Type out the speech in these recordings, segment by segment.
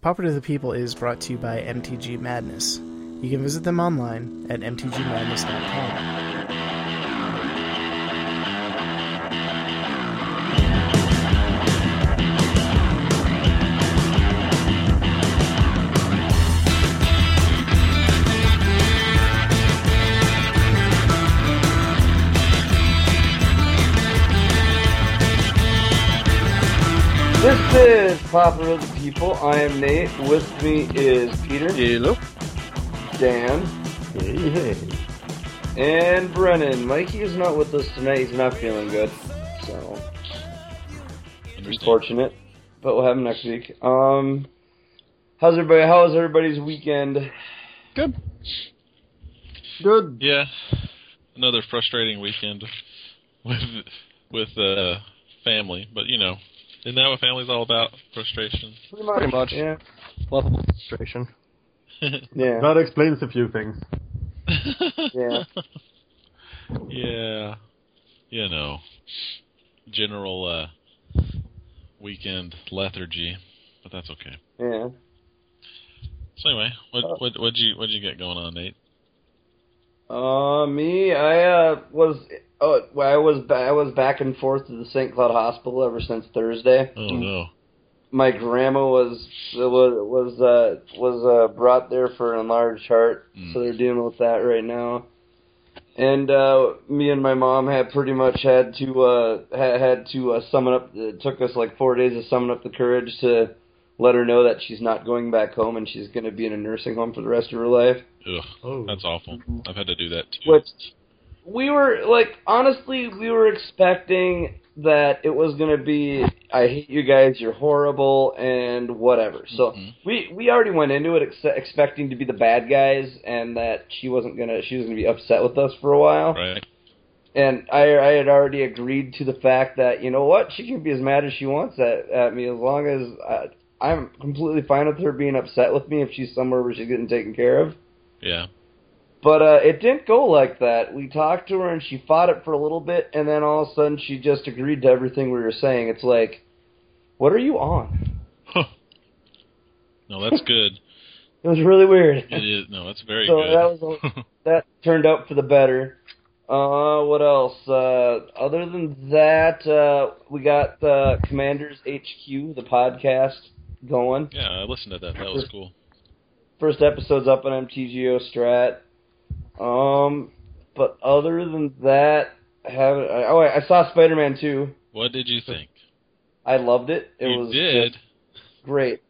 Popper to the People is brought to you by MTG Madness. You can visit them online at mtgmadness.com. This is Popular the People. I am Nate. With me is Peter, Hello. Dan, and Brennan. Mikey is not with us tonight. He's not feeling good. So, unfortunate. But we'll have him next week. Um, how's everybody? How was everybody's weekend? Good. Good. Yeah, another frustrating weekend with with uh, family, but you know, isn't that what family's all about? Frustration. Pretty much. Pretty much. Yeah. Lovable frustration. Yeah. That explains a few things. Yeah. yeah. You know, general uh, weekend lethargy, but that's okay. Yeah. So anyway, what what what'd you what'd you get going on, Nate? Uh, me, I uh, was oh, well, I was ba- I was back and forth to the St. Cloud Hospital ever since Thursday. Oh no. my grandma was was was uh, was uh, brought there for an enlarged heart, Mm. so they're dealing with that right now. And uh, me and my mom had pretty much had to uh, had, had to uh, summon up. It took us like four days to summon up the courage to let her know that she's not going back home and she's going to be in a nursing home for the rest of her life. Ugh, Oh. that's awful. I've had to do that too. Which we were like, honestly, we were expecting that it was going to be, I hate you guys, you're horrible, and whatever. So Mhm. we we already went into it ex- expecting to be the bad guys, and that she wasn't gonna she was gonna be upset with us for a while. Right. And I I had already agreed to the fact that you know what she can be as mad as she wants at at me as long as I, I'm completely fine with her being upset with me if she's somewhere where she's getting taken care of. Yeah. But uh, it didn't go like that. We talked to her and she fought it for a little bit, and then all of a sudden she just agreed to everything we were saying. It's like, what are you on? No, that's good. It was really weird. It is. No, that's very So good. that was that turned out for the better. Uh, what else? Uh, other than that, uh, we got uh, Commanders HQ, the podcast, going. yeah, I listened to that. That was cool. First episode's up on MTGO Strat. Um, but other than that, I haven't. I, oh, I saw Spider Man 2. What did you think? I loved it. It you was did. just great.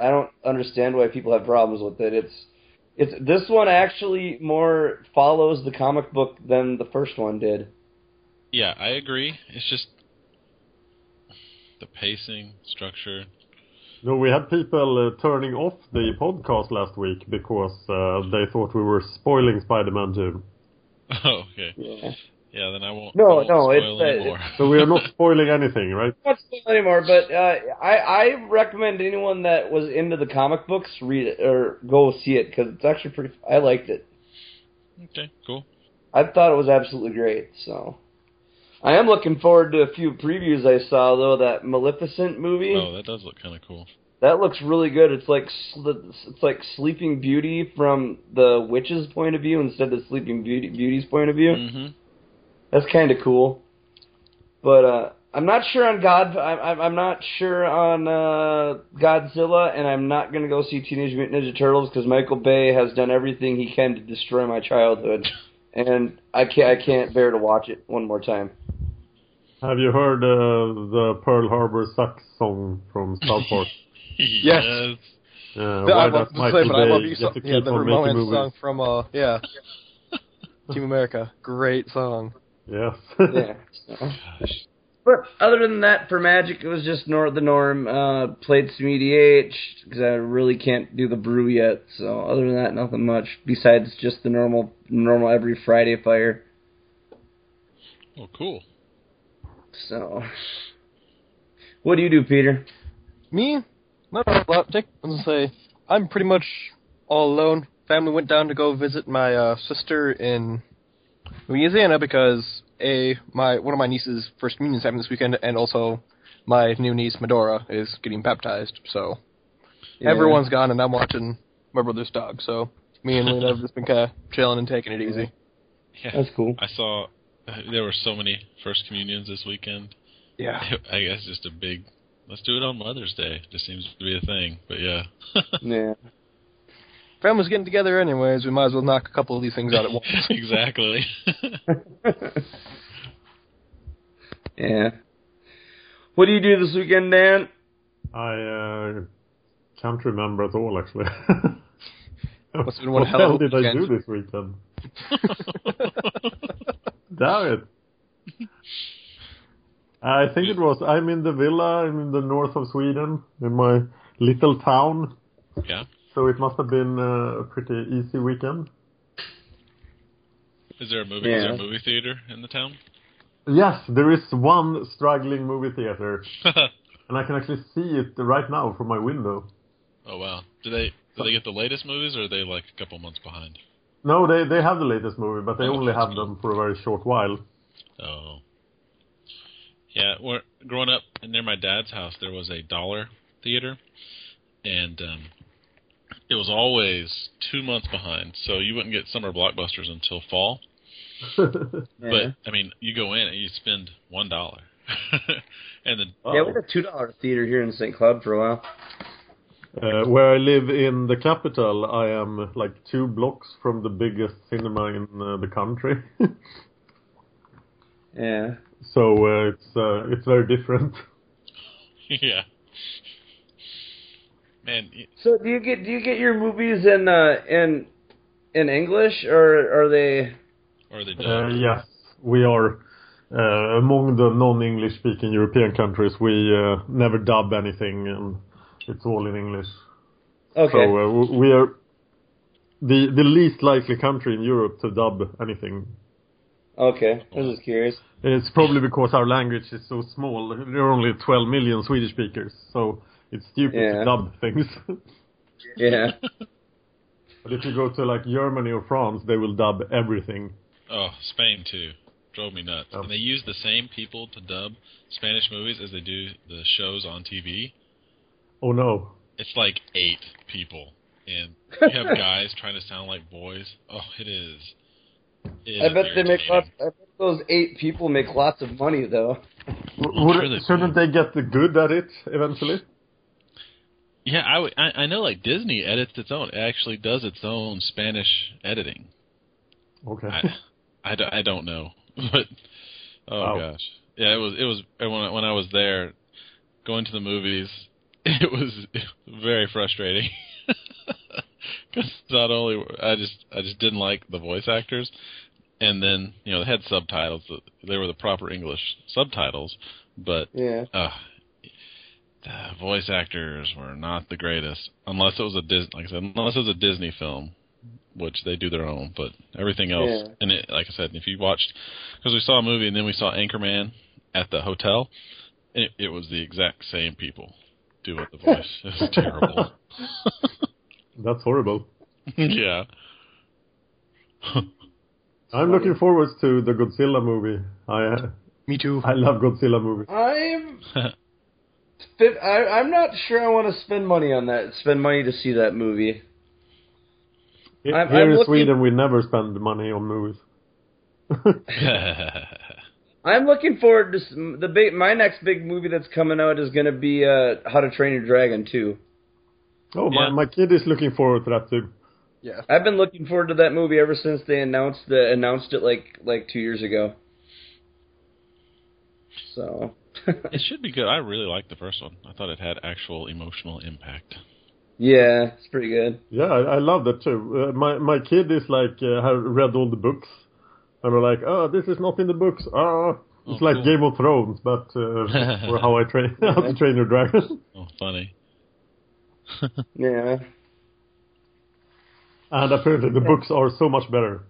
I don't understand why people have problems with it. It's it's this one actually more follows the comic book than the first one did. Yeah, I agree. It's just the pacing, structure. No, we had people uh, turning off the podcast last week because uh, they thought we were spoiling Spider-Man 2. Oh, okay. Yeah. Yeah, then I won't. No, I won't no, spoil it's, uh, anymore. So we are not spoiling anything, right? Not spoil anymore, but uh, I I recommend anyone that was into the comic books read it or go see it because it's actually pretty. I liked it. okay, cool. I thought it was absolutely great. So. I am looking forward to a few previews I saw though. That Maleficent movie. Oh, that does look kind of cool. That looks really good. It's like sl- it's like Sleeping Beauty from the witch's point of view instead of Sleeping Beauty, Beauty's point of view. hmm That's kind of cool. But uh, I'm not sure on God. I'm- I'm I'm not sure on uh, Godzilla, and I'm not gonna go see Teenage Mutant Ninja Turtles because Michael Bay has done everything he can to destroy my childhood, and I can't I can't bear to watch it one more time. Have you heard uh, the Pearl Harbor sucks song from South Park? Yes. Uh, I why love does to say, Michael but I love Bay you. get Song. to Yeah, keep the on making Ramones movies? song from uh, yeah, Team America. Great song. Yes. yeah. But other than that, for Magic, it was just nor- the norm. Uh, played some EDH because I really can't do the brew yet. So other than that, nothing much besides just the normal, normal every Friday fire. Oh, cool. So, what do you do, Peter? Me? Not a lot. Dick, I was gonna say I'm pretty much all alone. Family went down to go visit my uh, sister in Louisiana because a my one of my niece's first communion's happening this weekend, and also my new niece Medora is getting baptized. So Yeah. Everyone's gone, and I'm watching my brother's dog. So me and Lena have just been kind of chilling and taking it easy. Yeah. That's cool. I saw uh, there were so many first communions this weekend. Yeah. I guess just a big. Let's do it on Mother's Day. Just seems to be a thing. But yeah. Yeah. Family's getting together anyways. We might as well knock a couple of these things out at once. exactly. yeah. What do you do this weekend, Dan? I uh, can't remember at all, actually. Must've been one what hell of a did I do weekend. this weekend? Damn it. I think it was. I'm in the villa. I'm in the north of Sweden, in my little town. yeah. So it must have been uh, a pretty easy weekend. Is there a movie? Is there Yeah. a movie theater in the town? Yes, there is one struggling movie theater, and I can actually see it right now from my window. oh wow. Do they do they get the latest movies or are they like a couple months behind? No, they they have the latest movie, but they Oh, only that's have good. them for a very short while. Oh. Yeah, we growing up and near my dad's house, there was a dollar theater, and um, it was always two months behind. So you wouldn't get summer blockbusters until fall. But I mean, you go in and you spend one dollar, and the Yeah, we had a two dollar theater here in St. Cloud for a while. Uh, where I live in the capital, I am like two blocks from the biggest cinema in uh, the country. Yeah. so uh, it's uh, it's very different. yeah, man, y- So do you get do you get your movies in uh, in in English or are they? or they Uh, do. yes, we are uh, among the non-English speaking European countries. We uh, never dub anything, and it's all in English. Okay. So uh, w- we are the the least likely country in Europe to dub anything. okay. I was just curious. It's probably because our language is so small. There are only 12 million Swedish speakers, so it's stupid Yeah. to dub things. Yeah. but if you go to like Germany or France, they will dub everything. Oh, Spain too. Drove me nuts. Oh. And they use the same people to dub Spanish movies as they do the shows on TV. Oh no. It's like eight people, and you have guys trying to sound like boys. Oh, it is. It is I bet they make lots. irritating. I bet those eight people make lots of money though. W- would- Sure they shouldn't they get the good at it eventually? Yeah, I, would- I I know like Disney edits its own. It actually does its own Spanish editing. Okay. I, I, don't- I don't know, but oh Wow. gosh, yeah, it was it was when I, when I was there, going to the movies, it was very frustrating. Because not only I just I just didn't like the voice actors, and then you know they had subtitles. They were the proper English subtitles, but Yeah. uh, the voice actors were not the greatest, unless it was a Dis- like I said, unless it was a Disney film, which they do their own. But everything else, Yeah. and it, like I said, if you watched, because we saw a movie and then we saw Anchorman at the hotel, and it, it was the exact same people do with the voice. it was terrible. That's horrible. yeah. I'm looking forward to the Godzilla movie. I uh, Me too. I love Godzilla movies. I'm. Fit, I, I'm not sure I want to spend money on that. Spend money to see that movie. Here I'm- in I'm looking- Sweden, we never spend money on movies. I'm looking forward to some, the big. My next big movie that's coming out is going to be uh, How to Train Your Dragon 2. oh, my, Yeah. my kid is looking forward to that too. I've been looking forward to that movie ever since they announced the announced it like like two years ago. So. it should be good. I really liked the first one. I thought it had actual emotional impact. yeah, it's pretty good. Yeah, I, I love that too. Uh, my my kid is like uh, have read all the books, and we're like, oh, this is not in the books. Ah, it's Oh, like cool. Game of Thrones, but uh, for how I train how to train your dragon. Oh, funny. Yeah. and apparently, the books are so much better.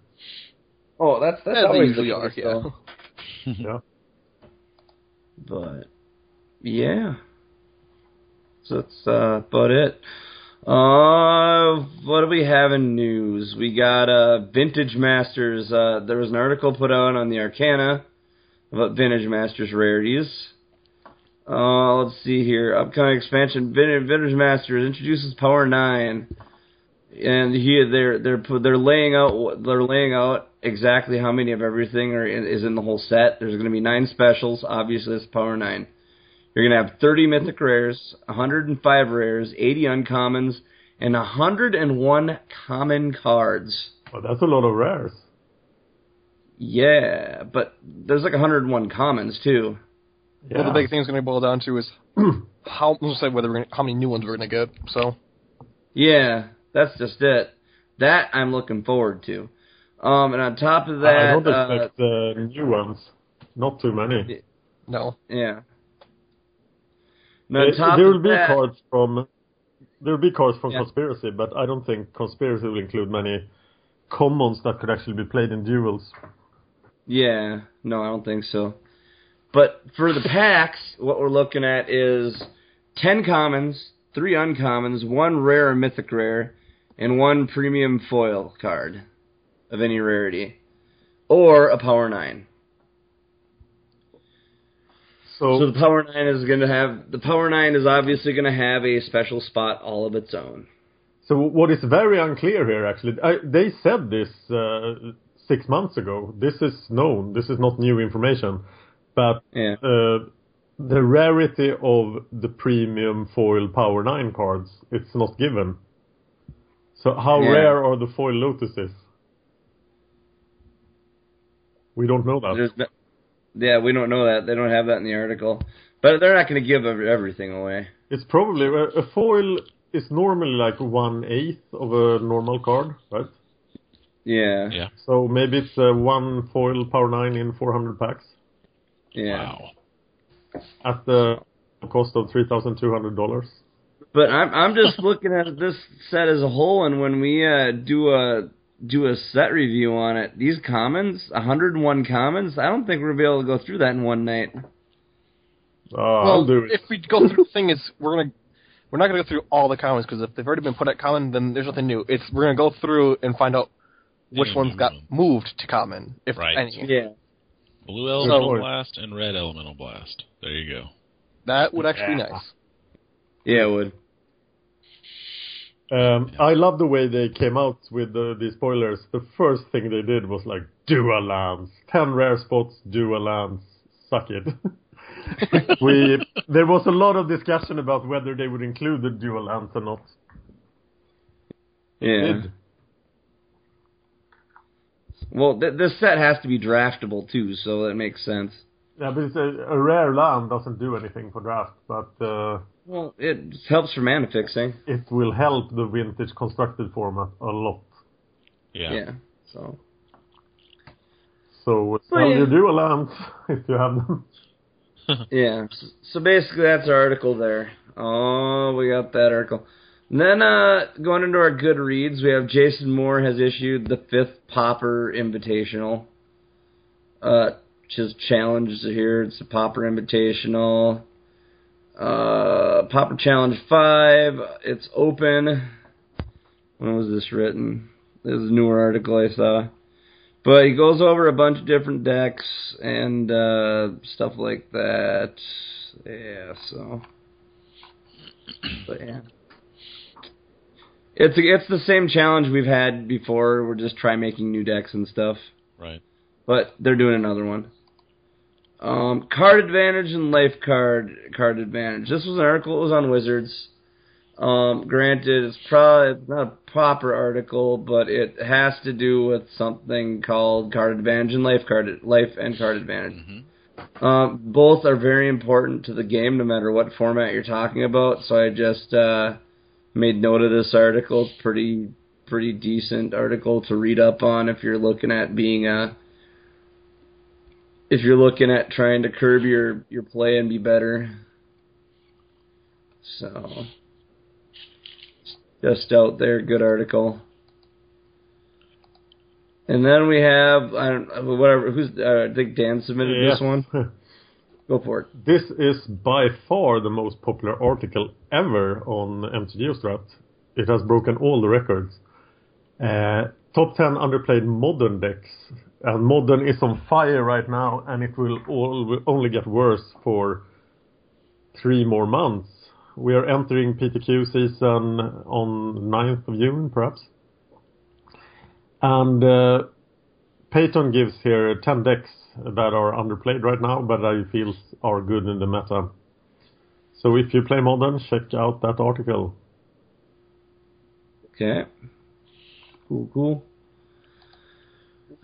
Oh, that's that's As they always usually the are, case, yeah. though. Yeah. But yeah. So that's uh, about it. Uh, what do we have in news? We got uh, Vintage Masters. Uh, there was an article put out on the Arcana about Vintage Masters rarities. Uh, let's see here. Upcoming expansion: Vin- Vintage Masters introduces Power Nine, and here they're they're pu- they're laying out what- they're laying out exactly how many of everything are in, is in the whole set. There's going to be nine specials. Obviously, that's Power Nine. You're going to have 30 mythic rares, 105 rares, 80 uncommons, and 101 common cards. Well, that's a lot of rares. Yeah, but there's like 101 commons too. Yeah. Well, the big thing is going to boil down to is how let's say whether we're gonna, how many new ones we're going to get. So Yeah, that's just it. That I'm looking forward to. Um, and on top of that, I don't uh, expect uh, new ones. Not too many. no, yeah. And on Uh, top there of will be that- cards from there will be cards from Yeah. conspiracy, but I don't think conspiracy will include many commons that could actually be played in duels. Yeah, no, I don't think so. But for the packs, what we're looking at is ten commons, three uncommons, one rare or mythic rare, and one premium foil card of any rarity, or a power nine. So, So the Power Nine is going to have the Power Nine is obviously going to have a special spot all of its own. So what is very unclear here, actually, I, they said this uh, six months ago. This is known. This is not new information, but Yeah. uh, the rarity of the premium foil Power Nine cards, it's not given. So how Yeah. rare are the foil lotuses? We don't know that. There's no- yeah, we don't know that they don't have that in the article, but they're not going to give ev- everything away. It's probably a a foil is normally like one eighth of a normal card, right? Yeah, Yeah. So maybe it's uh, one foil Power Nine in 400 packs. yeah. Wow. at the cost of three thousand two hundred dollars. But I'm I'm just looking at this set as a whole, and when we uh, do a do a set review on it, these commons, 101 commons, I don't think we're gonna be able to go through that in one night. Uh, well, I'll do it. if we go through the thing is we're gonna we're not gonna go through all the commons because if they've already been put at common, then there's nothing new. It's we're gonna go through and find out which Any ones new got one. moved to common, if Right. any. Yeah, Blue elemental point. blast and red elemental blast. There you go. That would actually Yeah. be nice. yeah, it would. Um, I love the way they came out with the, the spoilers. The first thing they did was like dual lands, ten rare spots, dual lands. Suck it. we there was a lot of discussion about whether they would include the dual lands or not. Yeah. Did. Well, th- this set has to be draftable too, so that makes sense. Yeah, but it's a, a rare land doesn't do anything for draft, but uh, Well, it helps for mana fixing. it will help the vintage constructed format a lot. Yeah. Yeah. So. So sell yeah. your dual lands if you have them. Yeah. s- So basically, that's our article there. Oh, we got that article. And then uh, going into our Goodreads, we have Jason Moore has issued the fifth Popper Invitational. Uh, just challenges here. It's a Popper Invitational. Uh, Popper Challenge Five. It's open. When was this written? This is a newer article I saw. But he goes over a bunch of different decks and uh, stuff like that. Yeah, so. But yeah. It's it's the same challenge we've had before. We're just try making new decks and stuff. Right. But they're doing another one. Um, card advantage and life card card advantage. This was an article. It was on Wizards. Um, granted, it's probably it's not a proper article, but it has to do with something called card advantage and life card life and card advantage. Mm-hmm. Um, both are very important to the game, no matter what format you're talking about. So I just uh, made note of this article. It's pretty pretty decent article to read up on if you're looking at being a if you're looking at trying to curb your your play and be better. So just out there, good article. And then we have I don't whatever who's uh, I think Dan submitted this Yeah. one. Go for it. This is by far the most popular article ever on MTGeostrat. It has broken all the records. Uh, top 10 underplayed modern decks. And modern is on fire right now, and it will all, will only get worse for three more months. We are entering PTQ season on 9th of June, perhaps. And uh, Peyton gives here 10 decks that are underplayed right now, but I feel are good in the meta. So if you play Modern, check out that article. Okay. Cool, cool.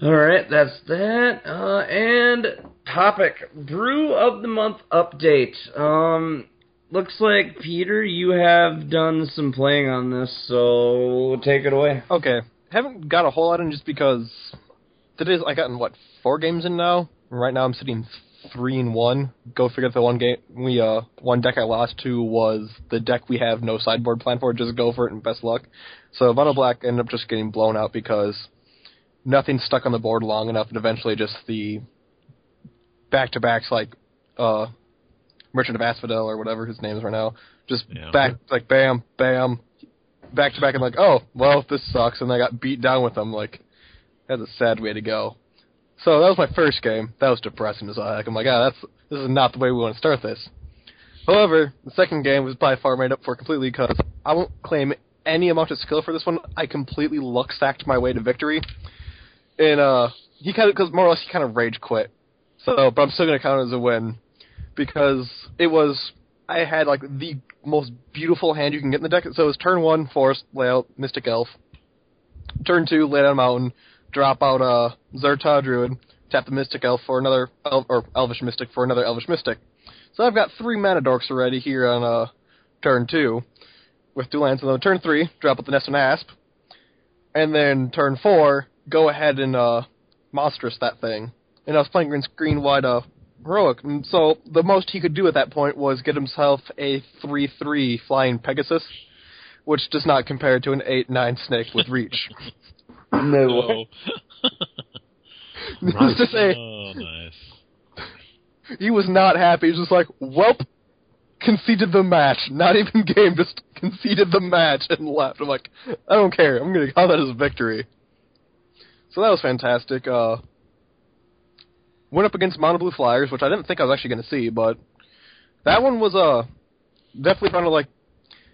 All right, that's that. Uh, and topic brew of the month update. Um, looks like Peter, you have done some playing on this, so take it away. Okay, haven't got a whole lot in just because today's I gotten what four games in now. Right now I'm sitting three and one. Go figure. The one game we uh one deck I lost to was the deck we have no sideboard plan for. Just go for it and best luck. So Mono Black ended up just getting blown out because nothing stuck on the board long enough, and eventually just the back to backs like uh Merchant of Asphodel or whatever his name is right now. Just Yeah. back like bam bam back to back and like oh well this sucks and I got beat down with them like that's a sad way to go. So that was my first game. That was depressing as heck. I'm like, ah, that's this is not the way we want to start this. However, the second game was by far made up for completely because I won't claim any amount of skill for this one. I completely luck sacked my way to victory, and uh, he kind of because more or less he kind of rage quit. So, but I'm still gonna count it as a win because it was I had like the most beautiful hand you can get in the deck. So it was turn one, forest layout, mystic elf. Turn two, lay down mountain, drop out uh Zerta Druid, tap the Mystic Elf for another elf, or Elvish Mystic for another Elvish Mystic. So I've got three mana dorks already here on uh turn two, with two lands. And then turn three, drop out the Nest and Asp, and then turn four, go ahead and uh monstrous that thing. And I was playing green screen wide uh heroic, and so the most he could do at that point was get himself a three three flying Pegasus. Which does not compare to an eight nine snake with reach. No. Oh. This is to say, oh, nice. he was not happy. He was just like, "Welp, conceded the match. Not even game, just conceded the match and left." I'm like, "I don't care. I'm gonna call that as a victory." So that was fantastic. Uh, went up against Mono Blue Flyers, which I didn't think I was actually gonna see, but that one was uh definitely kind of like.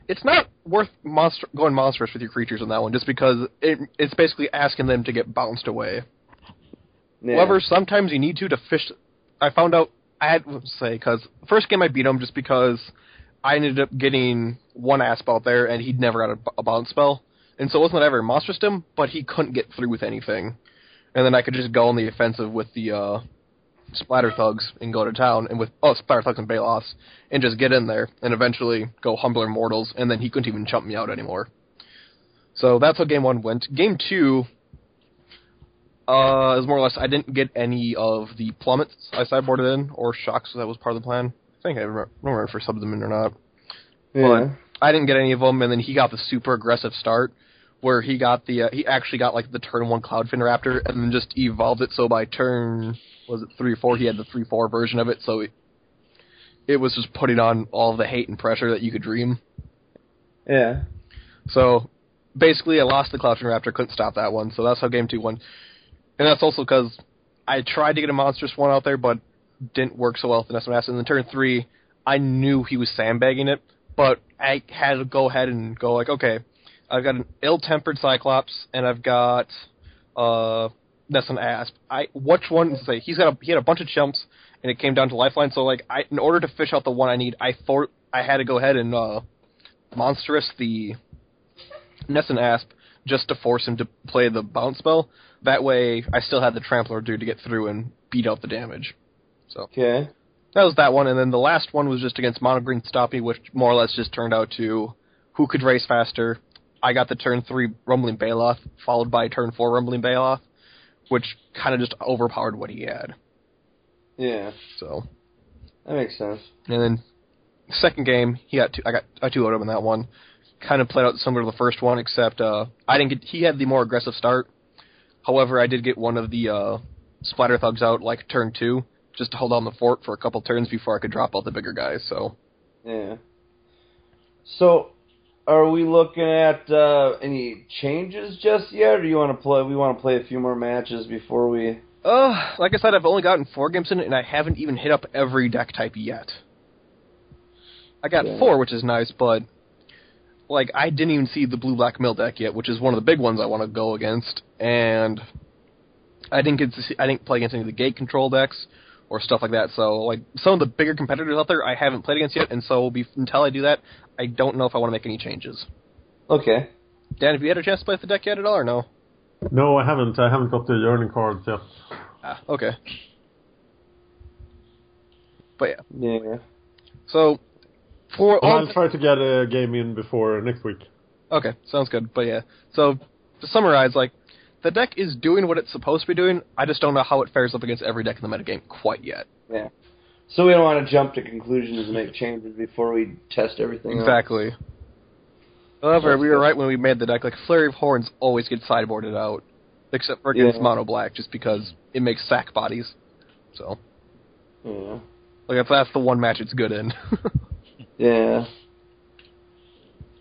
It's not worth monster- going monstrous with your creatures on that one, just because it, it's basically asking them to get bounced away. Yeah. However, sometimes you need to to fish. I found out I had let's say because first game I beat him just because I ended up getting one asp out there and he'd never got a, a bounce spell, and so it wasn't that I ever monstrous him, but he couldn't get through with anything, and then I could just go on the offensive with the uh, splatter thugs and go to town and with oh splatter thugs and Balos and just get in there and eventually go humbler mortals, and then he couldn't even chump me out anymore. So that's how game one went. Game two uh, it was more or less I didn't get any of the plummets I sideboarded in or shocks that was part of the plan. I think I remember, I don't remember if I subbed them in or not. yeah. I didn't get any of them, and then he got the super aggressive start where he got the uh, he actually got like the turn one Cloudfin Raptor and then just evolved it so by turn was it three four he had the three four version of it so it, it was just putting on all the hate and pressure that you could dream. yeah. So basically, I lost the Clouching Raptor, couldn't stop that one. So that's how game two won. And that's also because I tried to get a monstrous one out there, but didn't work so well with the SMS. And then turn three, I knew he was sandbagging it, but I had to go ahead and go like, okay, I've got an ill-tempered Cyclops, and I've got uh that's an asp. I which one say he's got a, he had a bunch of chumps, and it came down to lifeline. So like, I in order to fish out the one I need, I for I had to go ahead and uh monstrous the Ness and Asp just to force him to play the bounce spell. That way, I still had the Trampler dude to get through and beat out the damage. Okay. That was that one, and then the last one was just against Mono Green Stoppy, which more or less just turned out to who could race faster. I got the turn three Rumbling Baloth, followed by turn four Rumbling Baloth, which kind of just overpowered what he had. Yeah. So That makes sense. And then second game, he got two, I got I two out of him in that one. Kind of played out similar to the first one, except uh, I didn't get. He had the more aggressive start. However, I did get one of the uh, splatter thugs out like turn two, just to hold on the fort for a couple turns before I could drop out the bigger guys. So Yeah. So, are we looking at uh, any changes just yet, or do you want to play? We want to play a few more matches before we. Uh, like I said, I've only gotten four games in, it, and I haven't even hit up every deck type yet. I got four, which is nice, but like I didn't even see the blue black mill deck yet, which is one of the big ones I want to go against, and I didn't get to see, I didn't play against any of the gate control decks or stuff like that. So like some of the bigger competitors out there, I haven't played against yet, and so be, until I do that, I don't know if I want to make any changes. Okay. Dan, have you had a chance to play with the deck yet at all, or no? No, I haven't. I haven't got the yearning cards yet. Ah, okay. But yeah, Yeah. so for But all I'll try to get a game in before next week. Okay, sounds good. But yeah, so to summarize, like the deck is doing what it's supposed to be doing. I just don't know how it fares up against every deck in the metagame quite yet. Yeah. So we don't want to jump to conclusions and make changes before we test everything. out. Exactly. However, we were right when we made the deck. Like Flurry of Horns always gets sideboarded out, except for against Yeah. Mono Black, just because it makes sack bodies. So, Yeah. like if that's the one match it's good in. Yeah.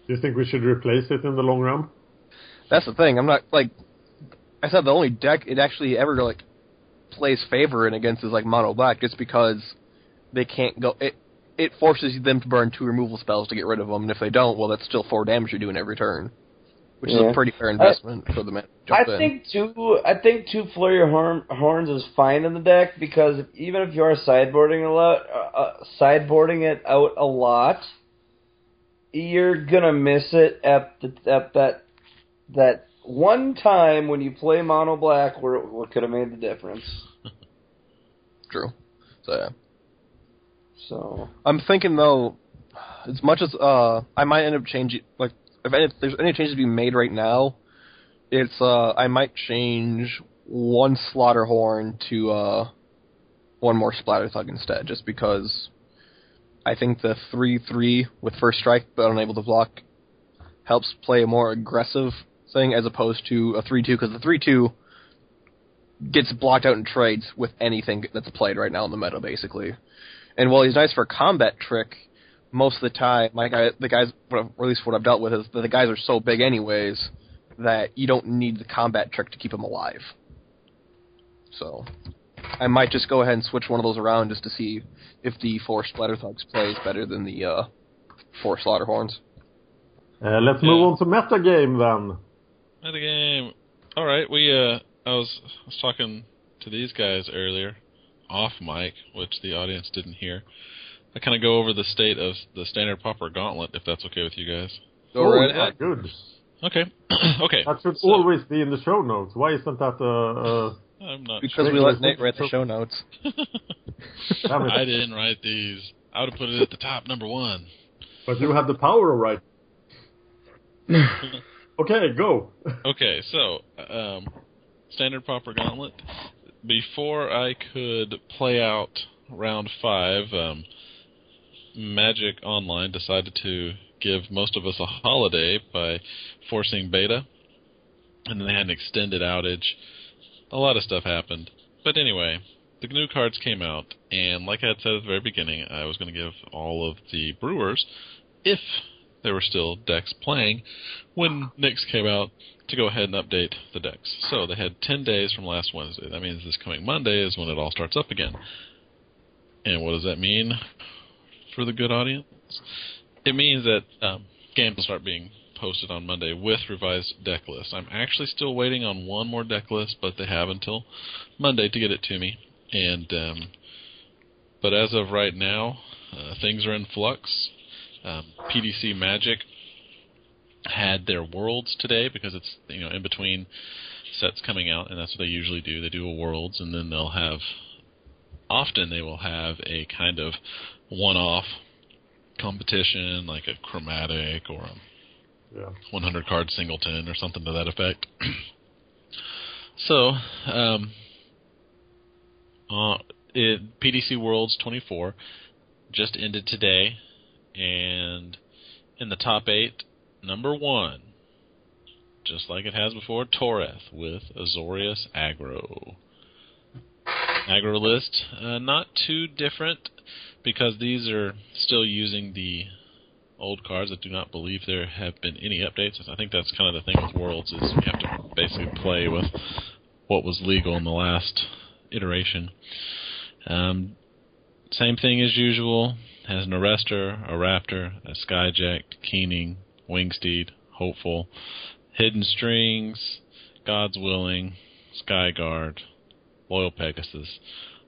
Do you think we should replace it in the long run? That's the thing. I'm not like I said. The only deck it actually ever like plays favor in against is like mono black, just because they can't go. It it forces them to burn two removal spells to get rid of them, and if they don't, well, that's still four damage you're doing every turn, which is Yeah. a pretty fair investment for the man. to I jump in. think two. I think two flurry of horn, horns is fine in the deck because if, even if you are sideboarding a lot, uh, uh, sideboarding it out a lot, you're gonna miss it at the at that that one time when you play mono black where it- what could have made the difference. true. So yeah. So I'm thinking though, as much as uh, I might end up changing, like if, any, if there's any changes to be made right now, it's uh, I might change one slaughter horn to uh, one more splatter thug instead, just because I think the three three with first strike but unable to block helps play a more aggressive thing as opposed to a three two because the three two gets blocked out in trades with anything that's played right now in the meta basically. And while he's nice for a combat trick, most of the time, my guy, the guys, what I've- or at least what I've dealt with is that the guys are so big anyways that you don't need the combat trick to keep him alive. So, I might just go ahead and switch one of those around just to see if the four splatter thugs plays better than the uh, four slaughter horns. Uh, let's Yeah. move on to meta game then. Another game. All right, we uh, I was I was talking to these guys earlier, off mic, which the audience didn't hear. I kind of go over the state of the standard popper gauntlet, if that's okay with you guys. Go Oh, right yeah, ahead. good. Okay, okay. That should So- always be in the show notes. Why isn't that uh, uh I'm not. Because we let Nate write the show notes. damn I it. didn't write these. I would have put it at the top, number one. But you have the power, all right? okay, go. Okay, so um, standard popper gauntlet. Before I could play out round five, um, Magic Online decided to give most of us a holiday by forcing beta, and then they had an extended outage. A lot of stuff happened, but anyway, the GNU cards came out, and like I had said at the very beginning, I was going to give all of the brewers, if there were still decks playing, when Nix came out to go ahead and update the decks. So they had 10 days from last Wednesday. That means this coming Monday is when it all starts up again. And what does that mean for the good audience? It means that um, games will start being posted on Monday with revised deck lists. I'm actually still waiting on one more deck list, but they have until Monday to get it to me. And um, but as of right now, uh, things are in flux. Um, PDC Magic had their worlds today because it's you know in between sets coming out and that's what they usually do they do a worlds and then they'll have often they will have a kind of one off competition like a chromatic or a Yeah. 100 card singleton or something to that effect. so, um, uh, it, PDC Worlds 24 just ended today, and in the top eight, number one, just like it has before, Toreth with Azorius Aggro. Aggro list, uh, not too different because these are still using the old cards. I do not believe there have been any updates. I think that's kind of the thing with Worlds is you have to basically play with what was legal in the last iteration. Um, same thing as usual. has an arrestor, a raptor, a skyjack, keening, wingsteed, hopeful, hidden strings, God's willing, sky guard, loyal Pegasus,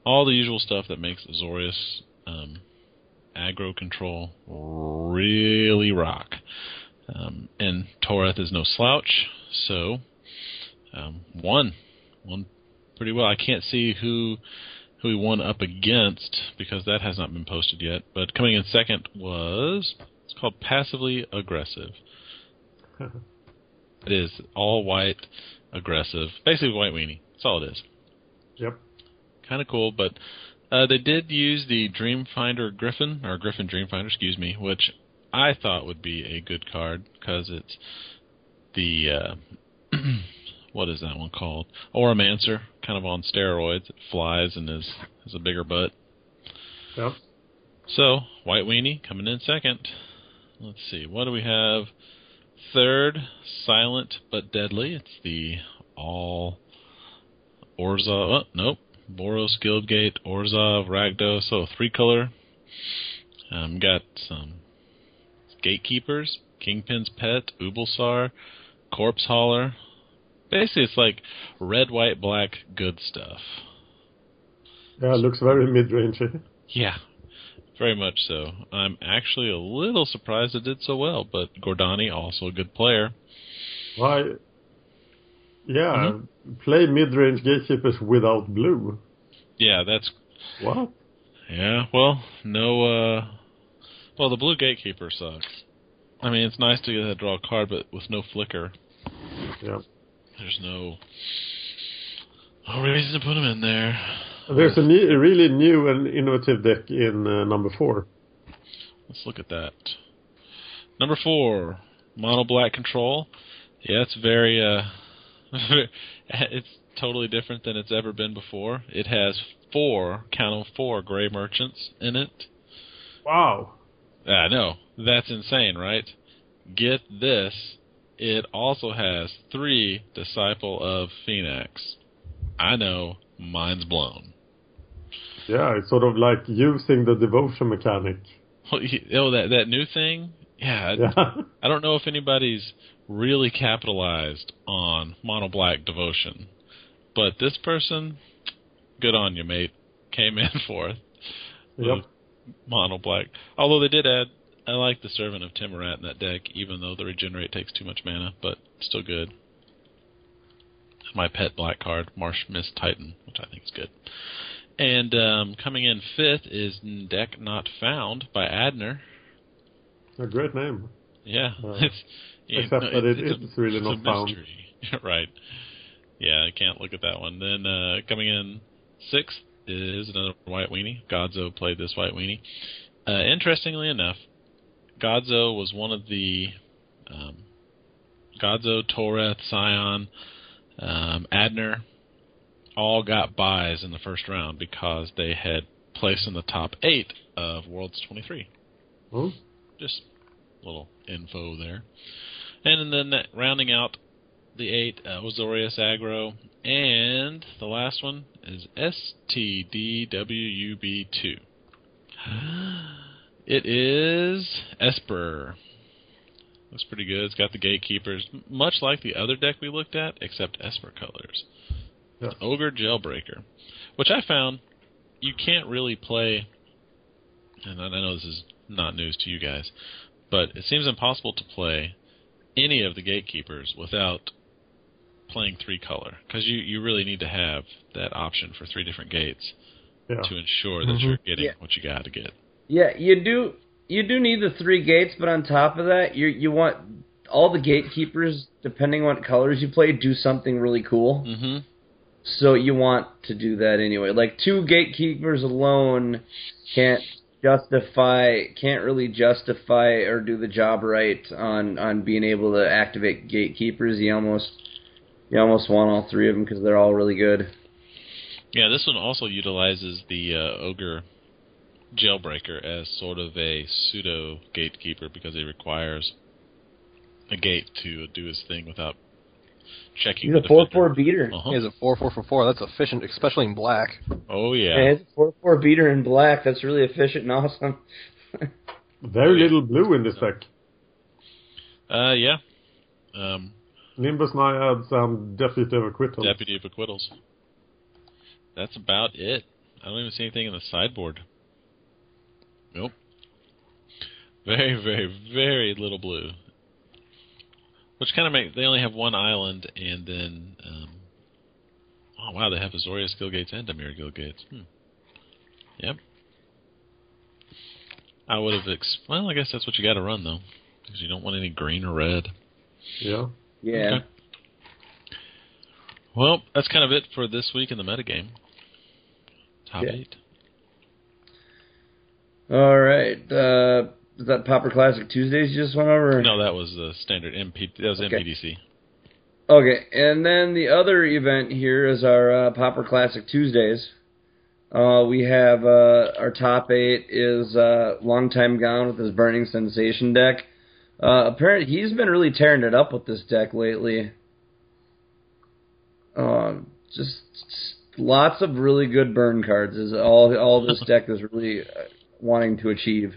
all the usual stuff that makes Azorius um, aggro control really rock. Um, and Toreth is no slouch, so um, won, won pretty well. I can't see who who he won up against because that has not been posted yet. But coming in second was it's called passively aggressive. it is all white, aggressive, basically white weenie. That's all it is. Yep. Kind of cool, but uh, they did use the Dreamfinder Griffin or Griffin Dreamfinder, excuse me, which I thought would be a good card because it's the uh, what is that one called? Oromancer, kind of on steroids. It flies and is has a bigger butt. Yep. So White Weenie coming in second. Let's see, what do we have? Third, Silent but Deadly. It's the all Orzov. Oh, nope. Boros, Guildgate, Orzov, Ragdos. So three color. Um, got some gatekeepers, Kingpin's Pet, Ubulsar, Corpse Hauler. Basically, it's like red, white, black, good stuff. Yeah, looks very mid range. Yeah, very much so. I'm actually a little surprised it did so well, but Gordani also a good player. Why? Yeah, play mid range gatekeepers without blue. Yeah, that's What? yeah. Well, no. uh Well, the blue gatekeeper sucks. I mean, it's nice to get to draw a card, but with no flicker, Yeah. there's no no reason to put him in there. There's a, new, a really new and innovative deck in uh, number four. Let's look at that. Number four, mono black control. Yeah, it's very uh, it's totally different than it's ever been before. It has four, count them four, gray merchants in it. Wow. I know that's insane, right? Get this. It also has three disciple of Phoenix. I know, mind's blown. Yeah, it's sort of like using the devotion mechanic. Oh, that that new thing. Yeah, Yeah. I don't know if anybody's really capitalized on mono black devotion, but this person, good on you, mate, came in fourth. yep. Mono black. Although they did add, I like the servant of Timorat in that deck, even though the regenerate takes too much mana, but still good. My pet black card, Marsh Mist Titan, which I think is good. And um, coming in fifth is Deck Not Found by Adner. A great name. Yeah, Uh, it's you except know, that it- it- it's, it's really a not found. mystery. right? Yeah, I can't look at that one. Then uh, coming in sixth is another white weenie. Godzo played this white weenie. Uh, interestingly enough, Godzo was one of the um, Godzo, Toreth, Scion, um, Adner, all got buys in the first round because they had placed in the top eight of Worlds 23 Oh, just little info there. And then that, rounding out the eight uh, Osorius Agro, and the last one is STDWUB2. It is Esper. Looks pretty good. It's got the gatekeepers, m- much like the other deck we looked at, except Esper colors. Yeah. It's Ogre Jailbreaker, which I found you can't really play. And I I know this is not news to you guys, but it seems impossible to play any of the gatekeepers without playing three color because you, you really need to have that option for three different gates yeah. to ensure that Mhm. you're getting Yeah. what you got to get. Yeah, you do you do need the three gates, but on top of that, you you want all the gatekeepers, depending on what colors you play, do something really cool. Mm-hmm. So you want to do that anyway. Like two gatekeepers alone can't justify can't really justify or do the job right on on being able to activate gatekeepers. You almost you almost want all three of them because they're all really good. Yeah, this one also utilizes the uh, ogre jailbreaker as sort of a pseudo gatekeeper because it requires a gate to do his thing without checking. He's the a four defender. four beater. Uh-huh. He has a four four for four. That's efficient, especially in black. Oh Yeah, he's a four four beater in black. That's really efficient and awesome. Very little blue in this deck. Uh, yeah. Um, Nimbus Naiads and Deputy of Acquittal. Deputy of Acquittals. That's about it. I don't even see anything in the sideboard. Nope. Very, very, very little blue. Which kind of make they only have one island and then. Um, oh wow, they have Azorius Gilgates and Demir Gilgates. Hmm. Yep. I would have. Ex- well, I guess that's what you got to run though, because you don't want any green or red. Yeah. Yeah. Okay. Well, that's kind of it for this week in the metagame. Top Yeah. eight. All right. Uh, is that Popper Classic Tuesdays you just went over? No, that was the standard MP. That was Okay. MPDC. Okay, and then the other event here is our uh, Popper Classic Tuesdays. Uh, we have uh, our top eight is uh, long time gone with his Burning Sensation deck. Uh, apparently, he's been really tearing it up with this deck lately. Uh, just lots of really good burn cards is all all this deck is really uh, wanting to achieve.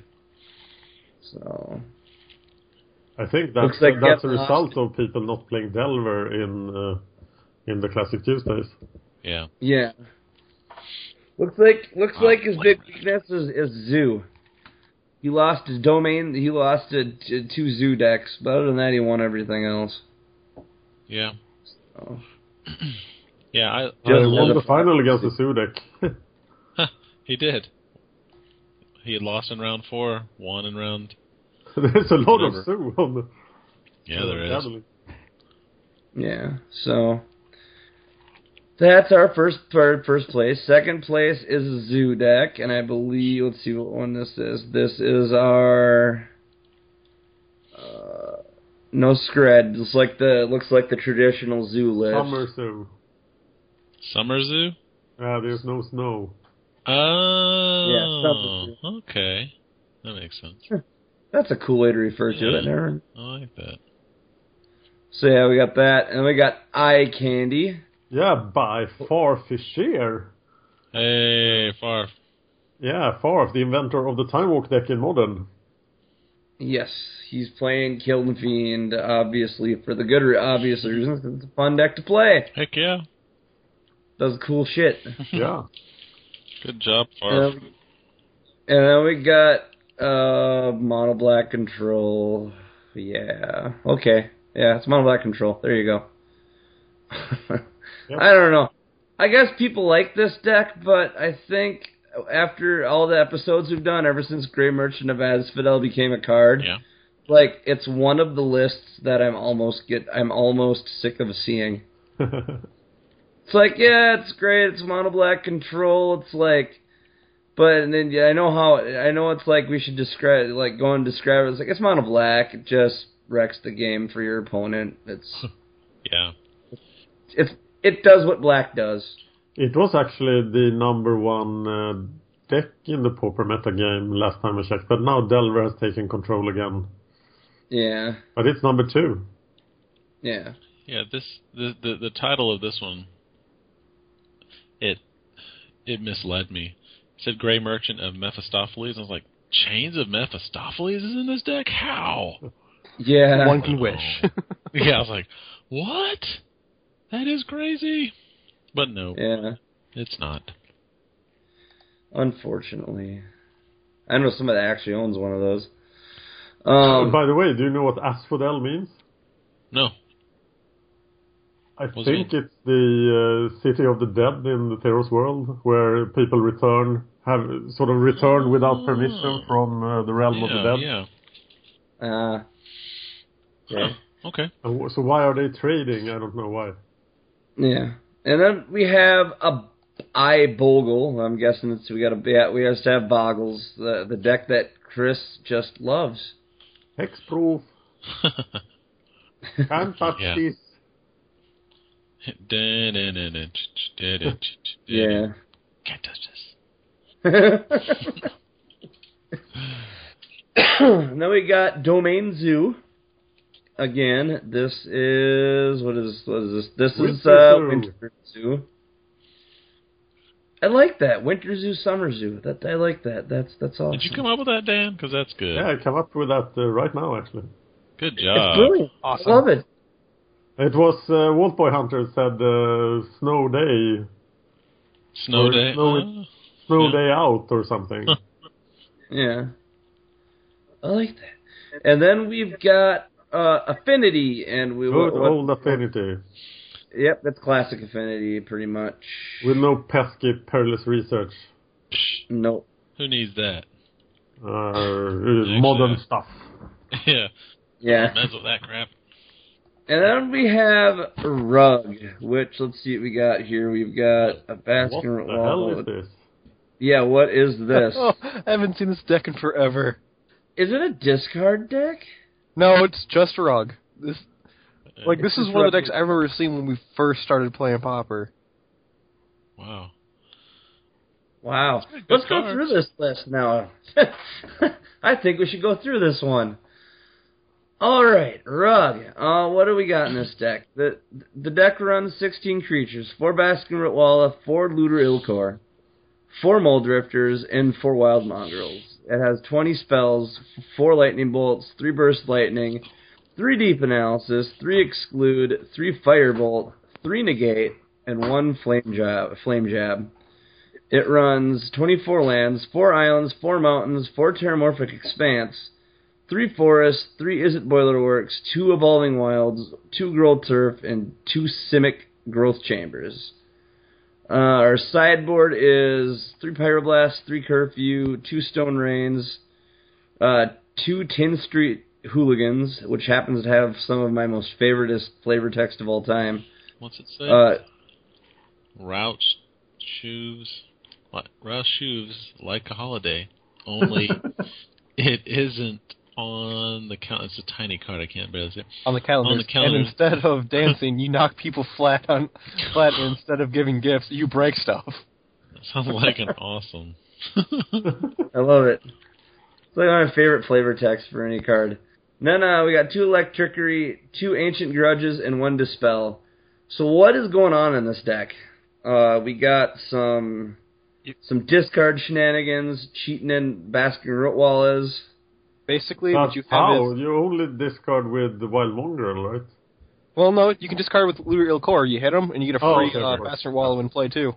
So I think that's Looks like that's a Get result of people not playing Delver in uh, in the Classic Tuesdays. Yeah. Yeah. Looks like looks Oh, like his wait big a weakness is, is zoo. He lost his domain. He lost uh t- two zoo decks, but other than that, he won everything else. Yeah. Oh. Yeah, I, I Just won let the it- final against the Sudek. he did. He had lost in round four, won in round. There's a lot Whatever. of Sue on the Yeah, on the there is. table. Yeah. So that's our first third first place. Second place is a zoo deck, and I believe let's see what one this is. This is our uh, no scred. Looks like the looks like the traditional zoo list. Summer Sue. Summer Zoo? Yeah, there's no snow. Oh. Summer okay. That makes sense. That's a cool way to refer to it. Yeah. Never I like that. So yeah, we got that, and we got eye candy. Yeah, by far Fisher. Hey, Farf. Yeah, Farf, the inventor of the Time Walk deck in Modern. Yes, he's playing Kiln Fiend, obviously for the good, re- obvious reasons. 'cause It's a fun deck to play. Heck yeah. Does cool shit. Yeah. Good job, Farf. Um, and then we got uh mono black control. Yeah. Okay. Yeah, it's mono black control. There you go. I don't know. I guess people like this deck, but I think after all the episodes we've done ever since Grey Merchant of Asphodel became a card, Yeah. like it's one of the lists that I'm almost get I'm almost sick of seeing. It's like, yeah, it's great. It's mono black control. It's like, but and then yeah, I know how I know it's like we should describe like go and describe it. It's like it's mono black. It just wrecks the game for your opponent. It's yeah. it's it does what black does. it was actually the number one uh, deck in the Pauper meta game last time I checked, but now Delver has taken control again. Yeah, But it's number two. yeah, Yeah, this the, the the title of this one it it misled me. It said Grey Merchant of Mephistopheles, and I was like, Chains of Mephistopheles is in this deck? How? yeah. One can wish. yeah, I was like, What? That is crazy. But no, Yeah, it's not. unfortunately, I know somebody that actually owns one of those. Um, By the way, do you know what Asphodel means? No. I What's it think it's the uh, city of the dead in the Theros world, where people return, have sort of returned without permission from uh, the realm of the Yeah, dead. yeah. uh, yeah. Okay. And w- So why are they trading? I don't know why. Yeah, and then we have a I Bogle. I'm guessing it's we got a yeah, we just have Boggles, the the deck that Chris just loves. Hexproof. Can't touch Yeah. this. yeah. Yeah. Can't touch this. then we got Domain Zoo. Again, this is what is what is this? This is Winter uh, Zoo. Winter Zoo. I like that Winter Zoo, Summer Zoo. That I like that. That's that's awesome. Did you come up with that, Dan? Because that's good. Yeah, I come up with that uh, right now actually. Good It's job. brilliant. awesome. I love it. It was uh, Walt Boy Hunter said uh, snow day, Snow Or day. snow Uh, snow Yeah. day out or something. Yeah. I like that. And then we've got uh, Affinity, and we Good what- what- old affinity Yep, that's classic Affinity, pretty much. with no pesky perilous research, psh, No, who needs that? uh, uh, modern Actually, stuff. yeah. yeah. Mess with that crap. And then we have Rug, which let's see what we got here. We've got a What Baskin the Robbins. hell is this? Yeah, what is this? Oh, I haven't seen this deck in forever. is it a discard deck? No, it's just Rug. This like this It's is one of the Rug. decks I remember seeing when we first started playing Popper. Wow. Wow. It's good Let's go cards. through this list now. I think we should go through this one. All right, Rug. Uh, what do we got in this deck? The the deck runs 16 creatures, four Baskin Ritwalla, four Looter Ilkor, four Mole Drifters, and four Wild Mongrels. It has 20 spells, four Lightning Bolts, three Burst Lightning, three Deep Analysis, three Exclude, three Firebolt, three Negate, and one Flame Jab. Flame Jab. It runs 24 lands, 4 islands, 4 mountains, 4 terramorphic expanse, 3 forests, 3 Izzet boilerworks, 2 evolving wilds, 2 growth turf, and 2 simic growth chambers. Uh, our sideboard is 3 pyroblast, 3 curfew, 2 stone rains, uh, 2 tin street hooligans, which happens to have some of my most favoriteest flavor text of all time. What's it say? Uh, uh, Rouch shoes, what? Rouch shoes like a holiday. Only it isn't on the count. It's a tiny card. I can't barely see. it. On the calendar. On the calendars. And instead of dancing, you knock people flat on flat and instead of giving gifts, you break stuff. That sounds like an awesome. I love it. It's like one of my favorite flavor text for any card. No, no, we got two electricery, two ancient grudges, and one dispel. So what is going on in this deck? Uh, we got some some discard shenanigans, cheating in Baskin Rootwallas. Basically That's what you have how is you only discard with the wild mongrel, right? well no, you can discard with Lure Ilkor. You hit them and you get a Oh, free okay, uh, okay. Master Wallow in play too.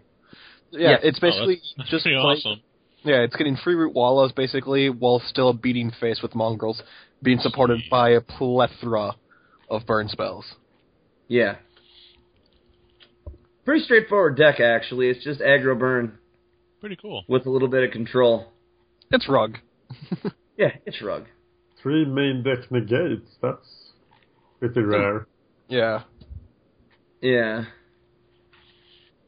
Yeah, Yeah. it's basically oh, that's, that's just pretty play- awesome. Yeah, it's getting free root wallows basically while still beating face with mongrels, being supported Jeez. by a plethora of burn spells. Yeah. Pretty straightforward deck, actually. It's just aggro burn Pretty cool. with a little bit of control. It's rug. Yeah, it's rug. Three main deck negates. That's pretty rare. Yeah. Yeah.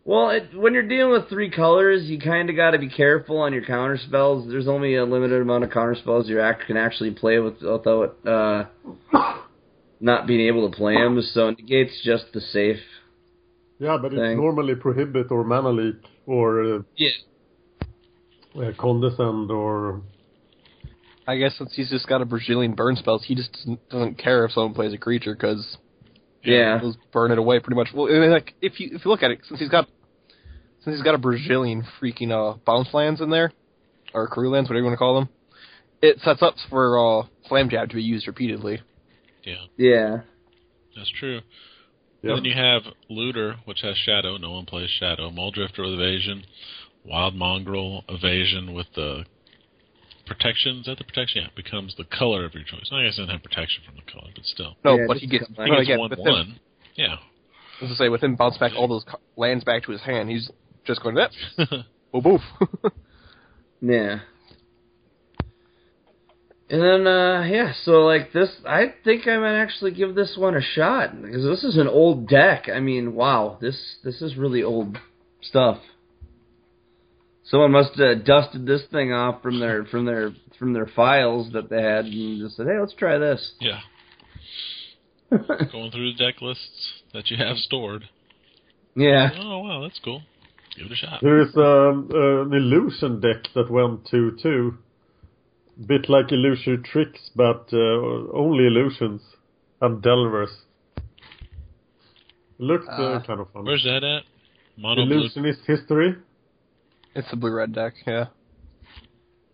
Well, it, when you're dealing with three colors, you kind of got to be careful on your counter spells. There's only a limited amount of counter spells you act, can actually play with without uh, not being able to play them. So negates just the safe. Yeah, but it's Thanks. normally prohibit or mana leak or uh, Yeah. uh, condescend or I guess since he's just got a Brazilian burn spells, he just doesn't, doesn't care if someone plays a creature because Yeah. he'll burn it away pretty much. Well, I mean, like if you if you look at it, since he's got since he's got a Brazilian freaking uh bounce lands in there, or crew lands, whatever you want to call them, it sets up for uh slam jab to be used repeatedly. Yeah, Yeah. that's true. yeah. And then you have Looter, which has Shadow. No one plays Shadow. Mole Drifter with Evasion. Wild Mongrel Evasion with the protection. Is that the protection? Yeah, it becomes the color of your choice. I guess it doesn't have protection from the color, but still. No, Oh, Yeah, but just he gets come back. I but think it's again, 1 with him- 1. Yeah. As I say, with him bounce back all those co- lands back to his hand, he's just going that. Boof, boof. Yeah. And then uh yeah, so like this I think I might actually give this one a shot because this is an old deck. I mean, wow, this this is really old stuff. Someone must have dusted this thing off from their from their from their files that they had and just said, "Hey, let's try this." yeah. Going through the deck lists that you have stored. yeah. Oh, wow, that's cool. Give it a shot. There is um, uh, an illusion deck that went 2 2. Bit like illusion tricks, but uh, only illusions and delvers. Looked uh, Ah. kind of fun. Where's that at? Mono Blue. Illusionist history. It's the blue red deck. Yeah.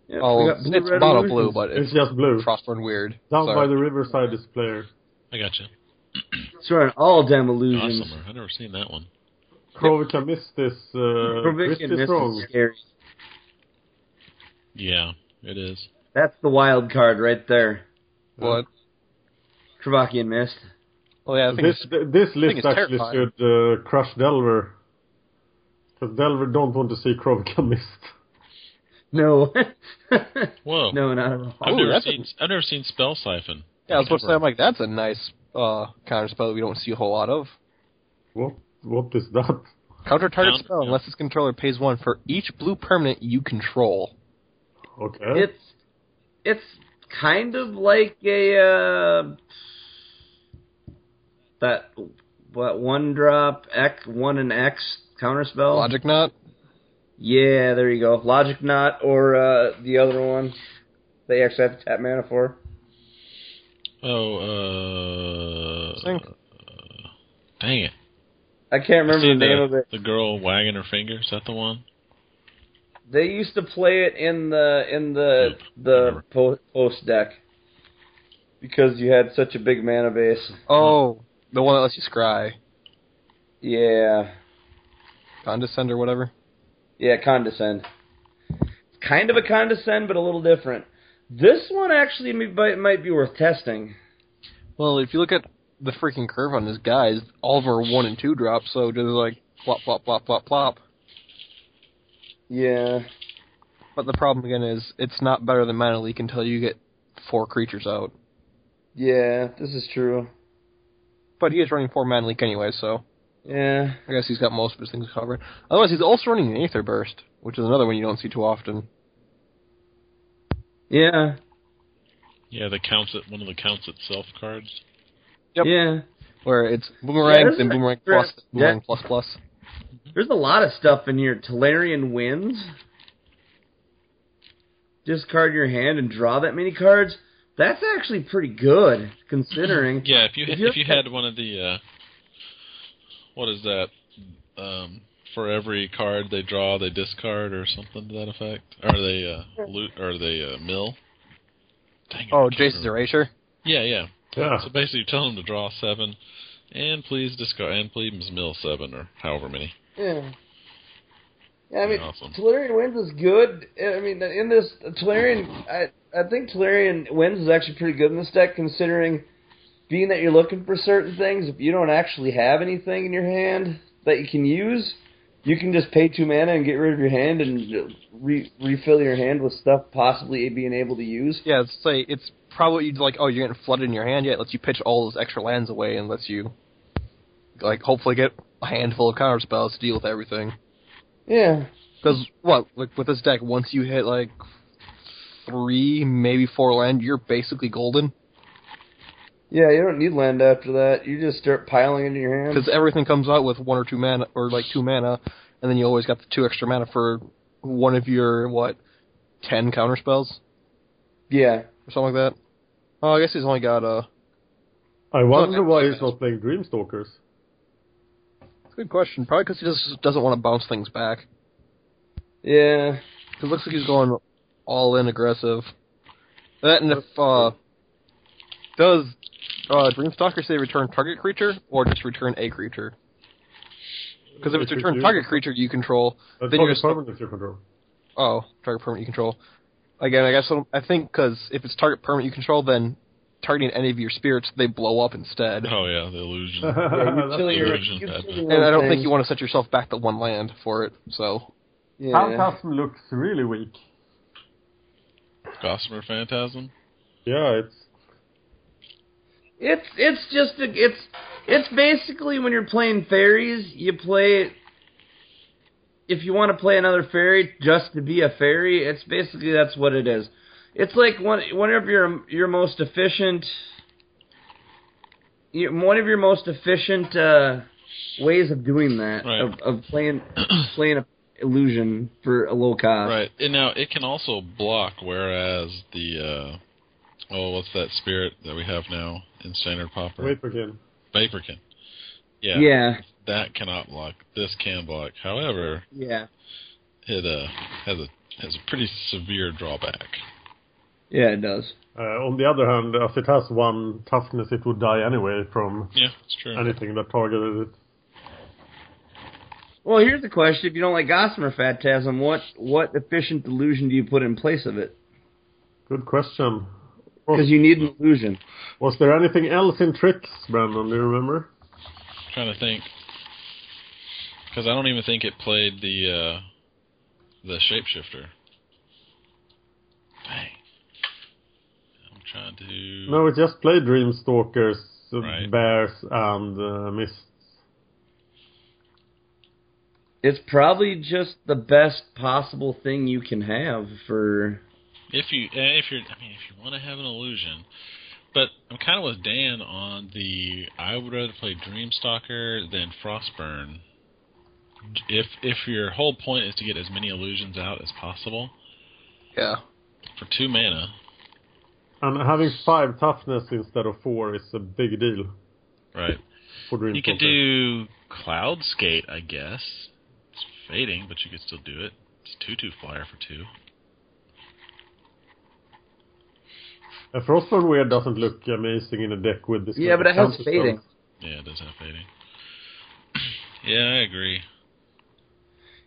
Yeah, Oh, We got blue, it's red, mono orange. blue, but it's it's just blue. Frostborn weird. Down by Sorry. the riverside is player. I gotcha. Sorry, all damn illusions. Gossamer. I've never seen that one. Krovica missed this. Uh, Provision Christ is this wrong. is scary. Yeah, it is. That's the wild card right there. What? Kravakian Mist. Oh yeah, I think This it's, this list it's actually terrifying. should uh, crush Delver, because Delver don't want to see Krovica missed. No. Whoa. no, not at all. I've Ooh, never that's seen. i I've never seen Spell Siphon. yeah. I was supposed to say, Ever. I'm like, that's a nice uh, counter spell that we don't see a whole lot of. What what is that? Counter target Counter- spell unless its controller pays one for each blue permanent you control. Okay. It's it's kind of like a uh, that what one drop X one and X counter spell. Logic not. Yeah, there you go. Logic Knot or uh, the other one. They actually have to tap mana for. Oh, uh, Sync. dang it! I can't remember See the name of it. The girl wagging her finger. Is that the one? They used to play it in the in the Nope, the never. po- post deck because you had such a big mana base. Oh, the one that lets you scry, Yeah, condescend or whatever. yeah, condescend. It's kind of a condescend, but a little different. This one actually may- might might be worth testing. Well, if you look at the freaking curve on this guy's, all of our one and two drops, so just like plop, plop, plop, plop, plop. Yeah, But the problem again is it's not better than mana leak until you get four creatures out. yeah, this is true. But he is running four mana leak anyway, so Yeah, I guess he's got most of his things covered. Otherwise, he's also running an Aether Burst, which is another one you don't see too often. yeah, Yeah, the counts it. One of the counts itself cards. Yep. yeah. Where it's boomerangs Yeah, and that's boomerang right. plus, boomerang plus plus. There's a lot of stuff in here. Talarian wins. Discard your hand and draw that many cards. That's actually pretty good, considering. Yeah, if you If if, you- you had one of the uh, what is that? Um, for every card they draw, they discard or something to that effect. Are they uh, loot or they uh, mill? Dang it, I Oh, can't Jace's remember. Erasure. Yeah, yeah. yeah. So basically, you tell them to draw seven, and please discard, and please mill seven or however many. Yeah. Yeah, I mean, Awesome. Talarian wins is good. I mean, in this Talarian, I I think Talarian wins is actually pretty good in this deck, considering being that you're looking for certain things. If you don't actually have anything in your hand that you can use, you can just pay two mana and get rid of your hand and re- refill your hand with stuff possibly being able to use. Yeah, it's say it's probably you'd like, oh, you're getting flooded in your hand. Yeah, it lets you pitch all those extra lands away and lets you, like, hopefully get a handful of counter spells to deal with everything. Yeah, Because what, like with this deck, once you hit like three, maybe four land, you're basically golden yeah. You don't need land after that. You just start piling into your hand. because everything comes out with one or two mana or like two mana, and then you always got the two extra mana for one of your what ten counter spells Yeah. or something like that. Oh, I guess he's only got uh, I wonder Look, why look. he's not playing Dreamstalkers. it's a good question. Probably because he just doesn't want to bounce things back. Yeah. It looks like he's going all in aggressive. That and if uh, does uh, Dreamstalker say return target creature or just return a creature? Because if it's If you return do- target creature you control, That's Then not you're a st- permanent you control. oh target permanent you control. Again, I guess I think because if it's target permanent you control, then targeting any of your spirits they blow up instead. Oh yeah, the illusion. yeah you That's- kill your, illusion, you kill Batman. your And I don't thing. think you want to set yourself back to one land for it. So Yeah. Phantasm looks really weak. Gossamer Phantasm. Yeah, it's It's it's just a, it's it's basically when you're playing fairies, you play if you want to play another fairy just to be a fairy. It's basically that's what it is. It's like one one of your your most efficient your- one of your most efficient uh, ways of doing that Right. of, of playing playing a illusion for a low cost. Right. And now it can also block, whereas the uh, oh, what's that spirit that we have now in standard popper? Vaporkin. Vaporkin. Yeah, Yeah. That cannot block. This can block. However, Yeah. it uh, has a has a pretty severe drawback. Yeah, it does. Uh, on the other hand, as it has one toughness, it would die anyway from Yeah, it's true. anything that targeted it. Well, here's the question: If you don't like Gossamer Phantasm, what what efficient illusion do you put in place of it? Good question. Because you need an illusion. Was there anything else in tricks, Brandon? Do you remember? trying to think because I don't even think it played the uh, the shapeshifter. Dang, I'm trying Mm. to. No, it just played Dreamstalkers, uh, Right. Bears, and uh, Mists. It's probably just the best possible thing you can have for. If you eh, if you're I mean if you want to have an illusion, but I'm kind of with Dan on the I would rather play Dreamstalker than Frostburn. If if your whole point is to get as many illusions out as possible Yeah. for two mana, And having five toughness instead of four is a big deal right? for Dreamstalkers. You could do Cloud Skate, I guess. It's fading, but you could still do it. It's two two flyer for two. A Frostborn Weird doesn't look amazing in a deck with this. Yeah, kind but of it has counter fading. spells. Yeah, it does have fading. yeah, I agree.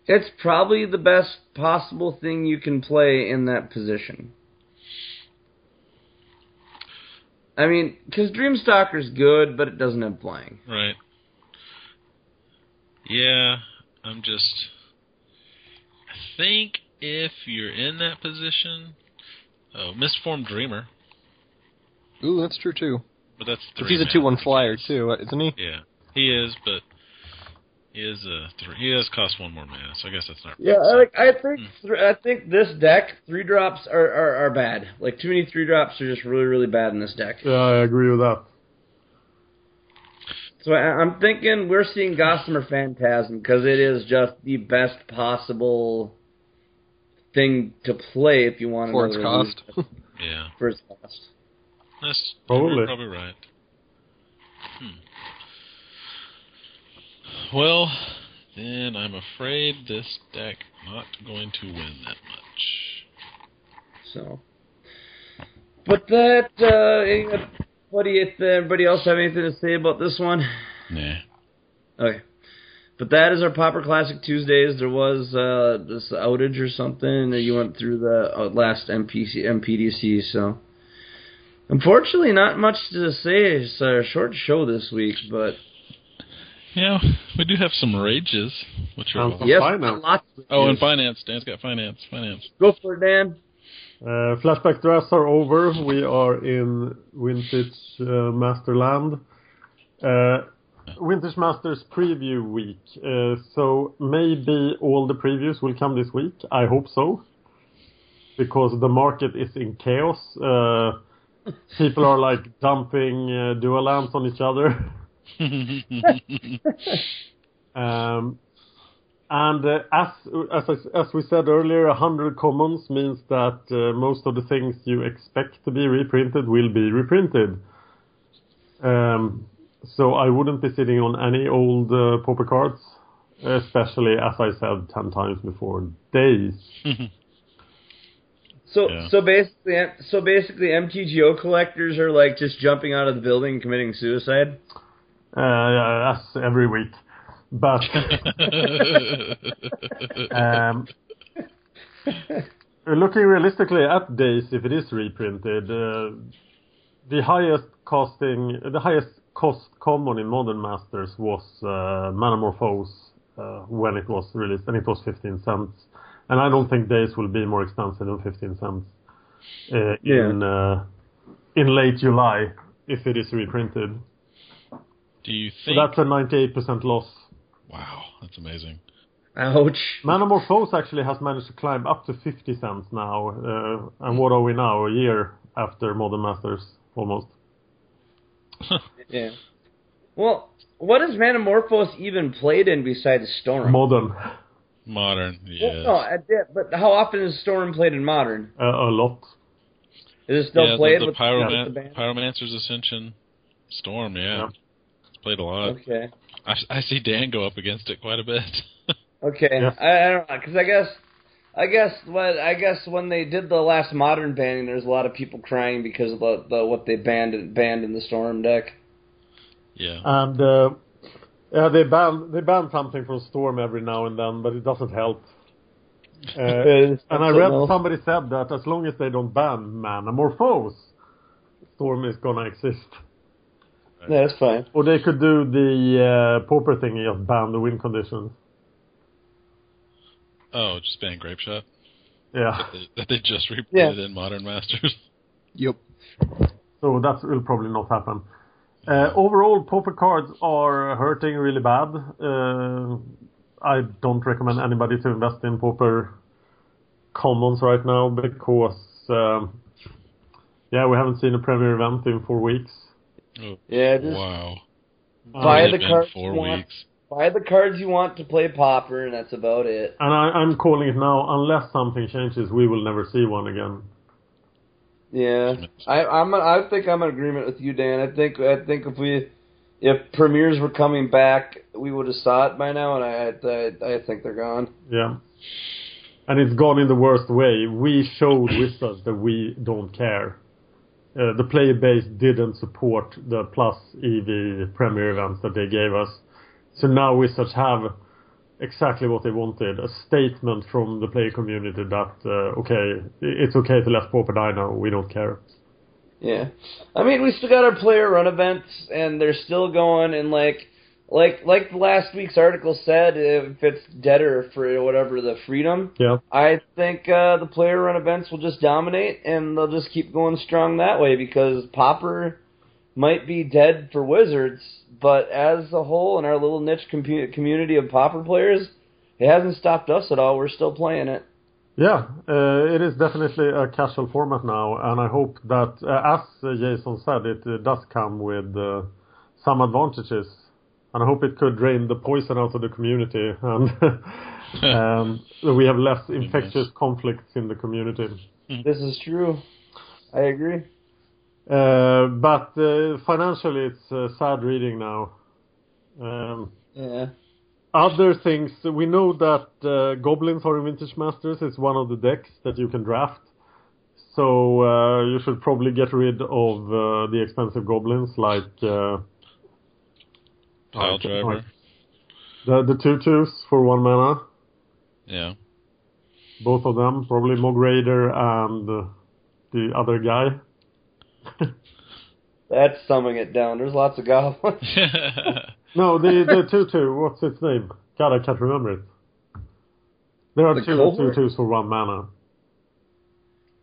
It's probably the best possible thing you can play in that position. I mean, because Dreamstalker's good, but it doesn't have flying. Right. Yeah, I'm just. I think if you're in that position, oh, misformed dreamer, Ooh, that's true too. but that's three. But he's a mana. two-one flyer too, isn't he? Yeah, he is, but he is a three. He does cost one more mana, so I guess that's not. Yeah, I, like I think th- I think this deck three drops are, are are bad. Like too many three drops are just really really bad in this deck. Yeah, I agree with that. So I, I'm thinking we're seeing Gossamer Phantasm because it is just the best possible thing to play if you want For its another cost. illusion. Yeah, for its cost. that's Probably. You're probably right. Hmm. Well, then I'm afraid this deck not going to win that much. So, but that. Uh, any- what do you? Everybody else have anything to say about this one? Nah. Okay. But that is our Popper Classic Tuesdays. There was uh, this outage or something that you went through the uh, last MPC, MPDC, so unfortunately, not much to say. It's a short show this week, but Yeah, we do have some rages, which are Um, all- On yes, finance. lots. oh, and finance. Dan's got finance. Finance. Go for it, Dan. Uh, flashback drafts are over. We are in Vintage uh, Masterland. Uh, Vintage Masters preview week. Uh, so maybe all the previews will come this week. I hope so. Because the market is in chaos. Uh, people are like dumping uh, dual lamps on each other. Um, and uh, as as I- as we said earlier, 100 commons means that uh, most of the things you expect to be reprinted will be reprinted. Um, so I wouldn't be sitting on any old uh, pauper cards, especially as I said 10 times before, days. So, Yeah. so basically, so basically, MTGO collectors are like just jumping out of the building, and committing suicide. Uh, as every week. But um, looking realistically at days, if it is reprinted, uh, the highest costing, the highest cost common in Modern Masters was uh, Manamorphose uh, when it was released, and it was 15 cents. And I don't think days will be more expensive than 15 cents uh, Yeah. in uh, in late July if it is reprinted. Do you So think? that's a 98% loss. wow, that's amazing. Ouch. Manamorphose actually has managed to climb up to 50 cents now. Uh, and what are we now? A year after Modern Masters, almost. Yeah. Well, what has Metamorphose even played in besides Storm? Modern, Modern. Well, Yes. no, I did, but how often is Storm played in Modern? uh, a lot. Is it still yeah, played the, the with Pyroman- with the band? Pyromancer's Ascension, Storm. Yeah, Yeah. It's played a lot. Okay, I, I see Dan go up against it quite a bit. okay. Yeah. I, I don't know because I guess I guess what I guess when they did the last modern banning, there's a lot of people crying because of the, the what they banned banned in the Storm deck. Yeah. And uh, yeah, they ban they ban something from Storm every now and then, but it doesn't help. Uh, It's and I something read else. somebody said that as long as they don't ban mana or foes, Storm is gonna exist. Yeah, that's fine. Or they could do the uh, pauper thing and just ban the win conditions. Oh, just ban Grape Shot Yeah. that that they just reprinted in Modern Masters. Yep. So that will probably not happen. Uh, overall, pauper cards are hurting really bad. Uh, I don't recommend anybody to invest in pauper commons right now because, um, yeah, we haven't seen a premier event in four weeks. Oh, Yeah, just wow. buy Only the been cards four you want. weeks. Buy the cards you want to play Popper, and that's about it. And I, I'm calling it now, unless something changes, we will never see one again. Yeah, I, I'm. I think I'm in agreement with you, Dan. I think. I think if we, if premieres were coming back, we would have saw it by now, and I. I, I think they're gone. Yeah. And it's gone in the worst way. We showed Wizards that we don't care. Uh, the player base didn't support the plus EV premier events that they gave us. So now Wizards have exactly what they wanted a statement from the player community that, uh, okay, it's okay to let Pauper die now, we don't care. Yeah, I mean, we still got our player run events, and they're still going. And like, like, like last week's article said, if it's deader for whatever the freedom, Yeah. I think uh, the player run events will just dominate, and they'll just keep going strong that way because Popper might be dead for Wizards, but as a whole, in our little niche compu community of Popper players, it hasn't stopped us at all. We're still playing it. Yeah, uh, it is definitely a casual format now, and I hope that, uh, as uh, Jason said, it uh, does come with uh, some advantages, and I hope it could drain the poison out of the community, and um, we have less infectious conflicts in the community. This is true. I agree. Uh, but uh, financially, it's uh, sad reading now. Um, Yeah. other things, we know that uh, goblins are in Vintage Masters. It's one of the decks that you can draft. So uh, you should probably get rid of uh, the expensive goblins, like uh, Pile Okay, Driver. fine. the the two twos for one mana. Yeah. Both of them, probably Mograider and uh, the other guy. That's summing it down. There's lots of goblins. No, the the two two. What's its name? God, I can't remember it. There are The two Culver? two twos for one mana.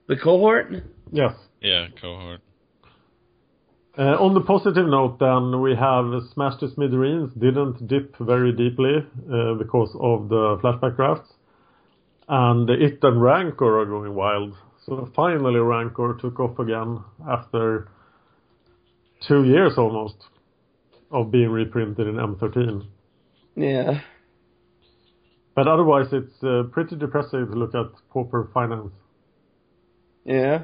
The cohort? Yes. yeah, cohort. Uh, on the positive note, then we have Smash the Smithereens didn't dip very deeply uh, because of the flashback drafts, and it and Rancor are going wild. So finally, Rancor took off again after two years almost of being reprinted in M13. Yeah. But otherwise, it's uh, pretty depressing to look at pauper finance. Yeah.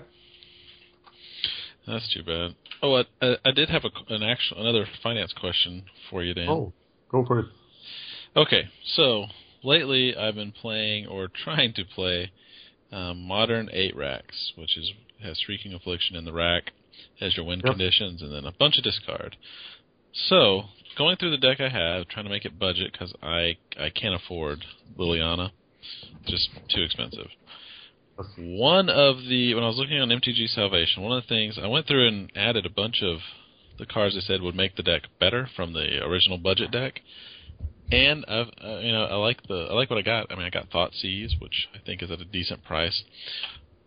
That's too bad. Oh, I, I, I did have a, an actual another finance question for you, Dan. Oh, go for it. Okay, so lately I've been playing or trying to play um, modern eight racks, which is has shrieking affliction in the rack, has your win Yep. conditions, and then a bunch of discard. So going through the deck I have, trying to make it budget because I I can't afford Liliana, just too expensive. One of the when I was looking on MTG Salvation, one of the things I went through and added a bunch of the cards I said would make the deck better from the original budget deck. And I've, uh, you know, I like the I like what I got. I mean, I got Thought Seize, which I think is at a decent price.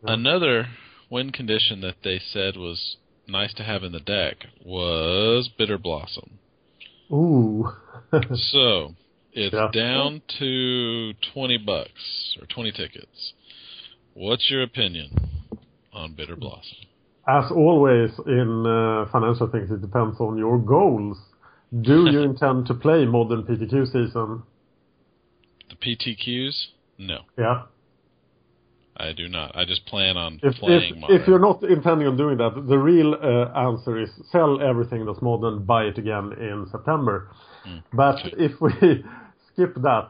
Another win condition that they said was nice to have in the deck was Bitter Blossom. Ooh. So it's Yeah. down to twenty bucks or twenty tickets. What's your opinion on Bitter Blossom? As always in uh, financial things, it depends on your goals. Do you intend to play modern PTQ season? The PTQs? No, Yeah. I do not. I just plan on If playing if, modern. if you're not intending on doing that, the real uh, answer is sell everything that's Hmm. modern, buy it again in September. But if we skip that,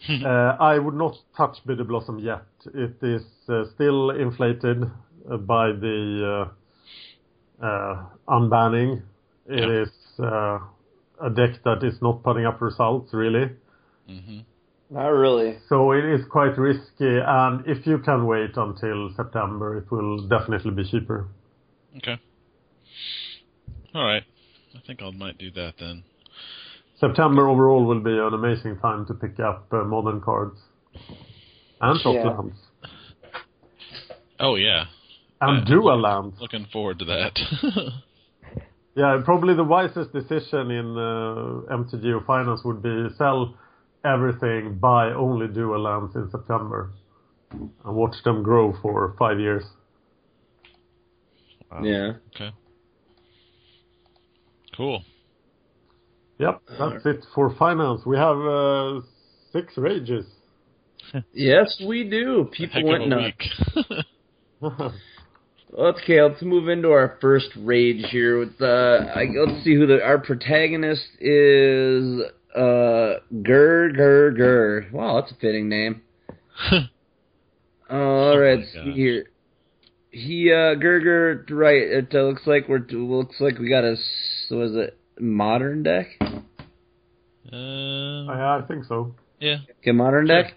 Hmm. Uh, I would not touch Bitter Blossom yet. It is uh, still inflated uh, by the uh, uh, unbanning. It Yeah. is uh, a deck that is not putting up results really. hmm Not really. So it is quite risky, and if you can wait until September, it will definitely be cheaper. Okay. All right. I think I might do that then. September overall will be an amazing time to pick up uh, modern cards and top Yeah. lands Oh yeah, and Uh, dual lands. looking forward to that. Yeah, probably the wisest decision in uh, MTGO finance would be sell everything, buy only dual lands in September, and watch them grow for five years. Wow. Yeah. cool. Yep, that's it for finance. We have uh, six rages. Yes, we do. Heck People of a went nuts. week. Okay, let's move into our first rage here. With uh, I, let's see who the our protagonist is. Uh, Gur Gur Gur. Wow, that's a fitting name. Uh, All right, my let's see gosh. here. He uh, Gur Gur. Right, it uh, looks like we're looks like we got a was it modern deck? Uh, I, I think so. yeah. Okay, modern deck.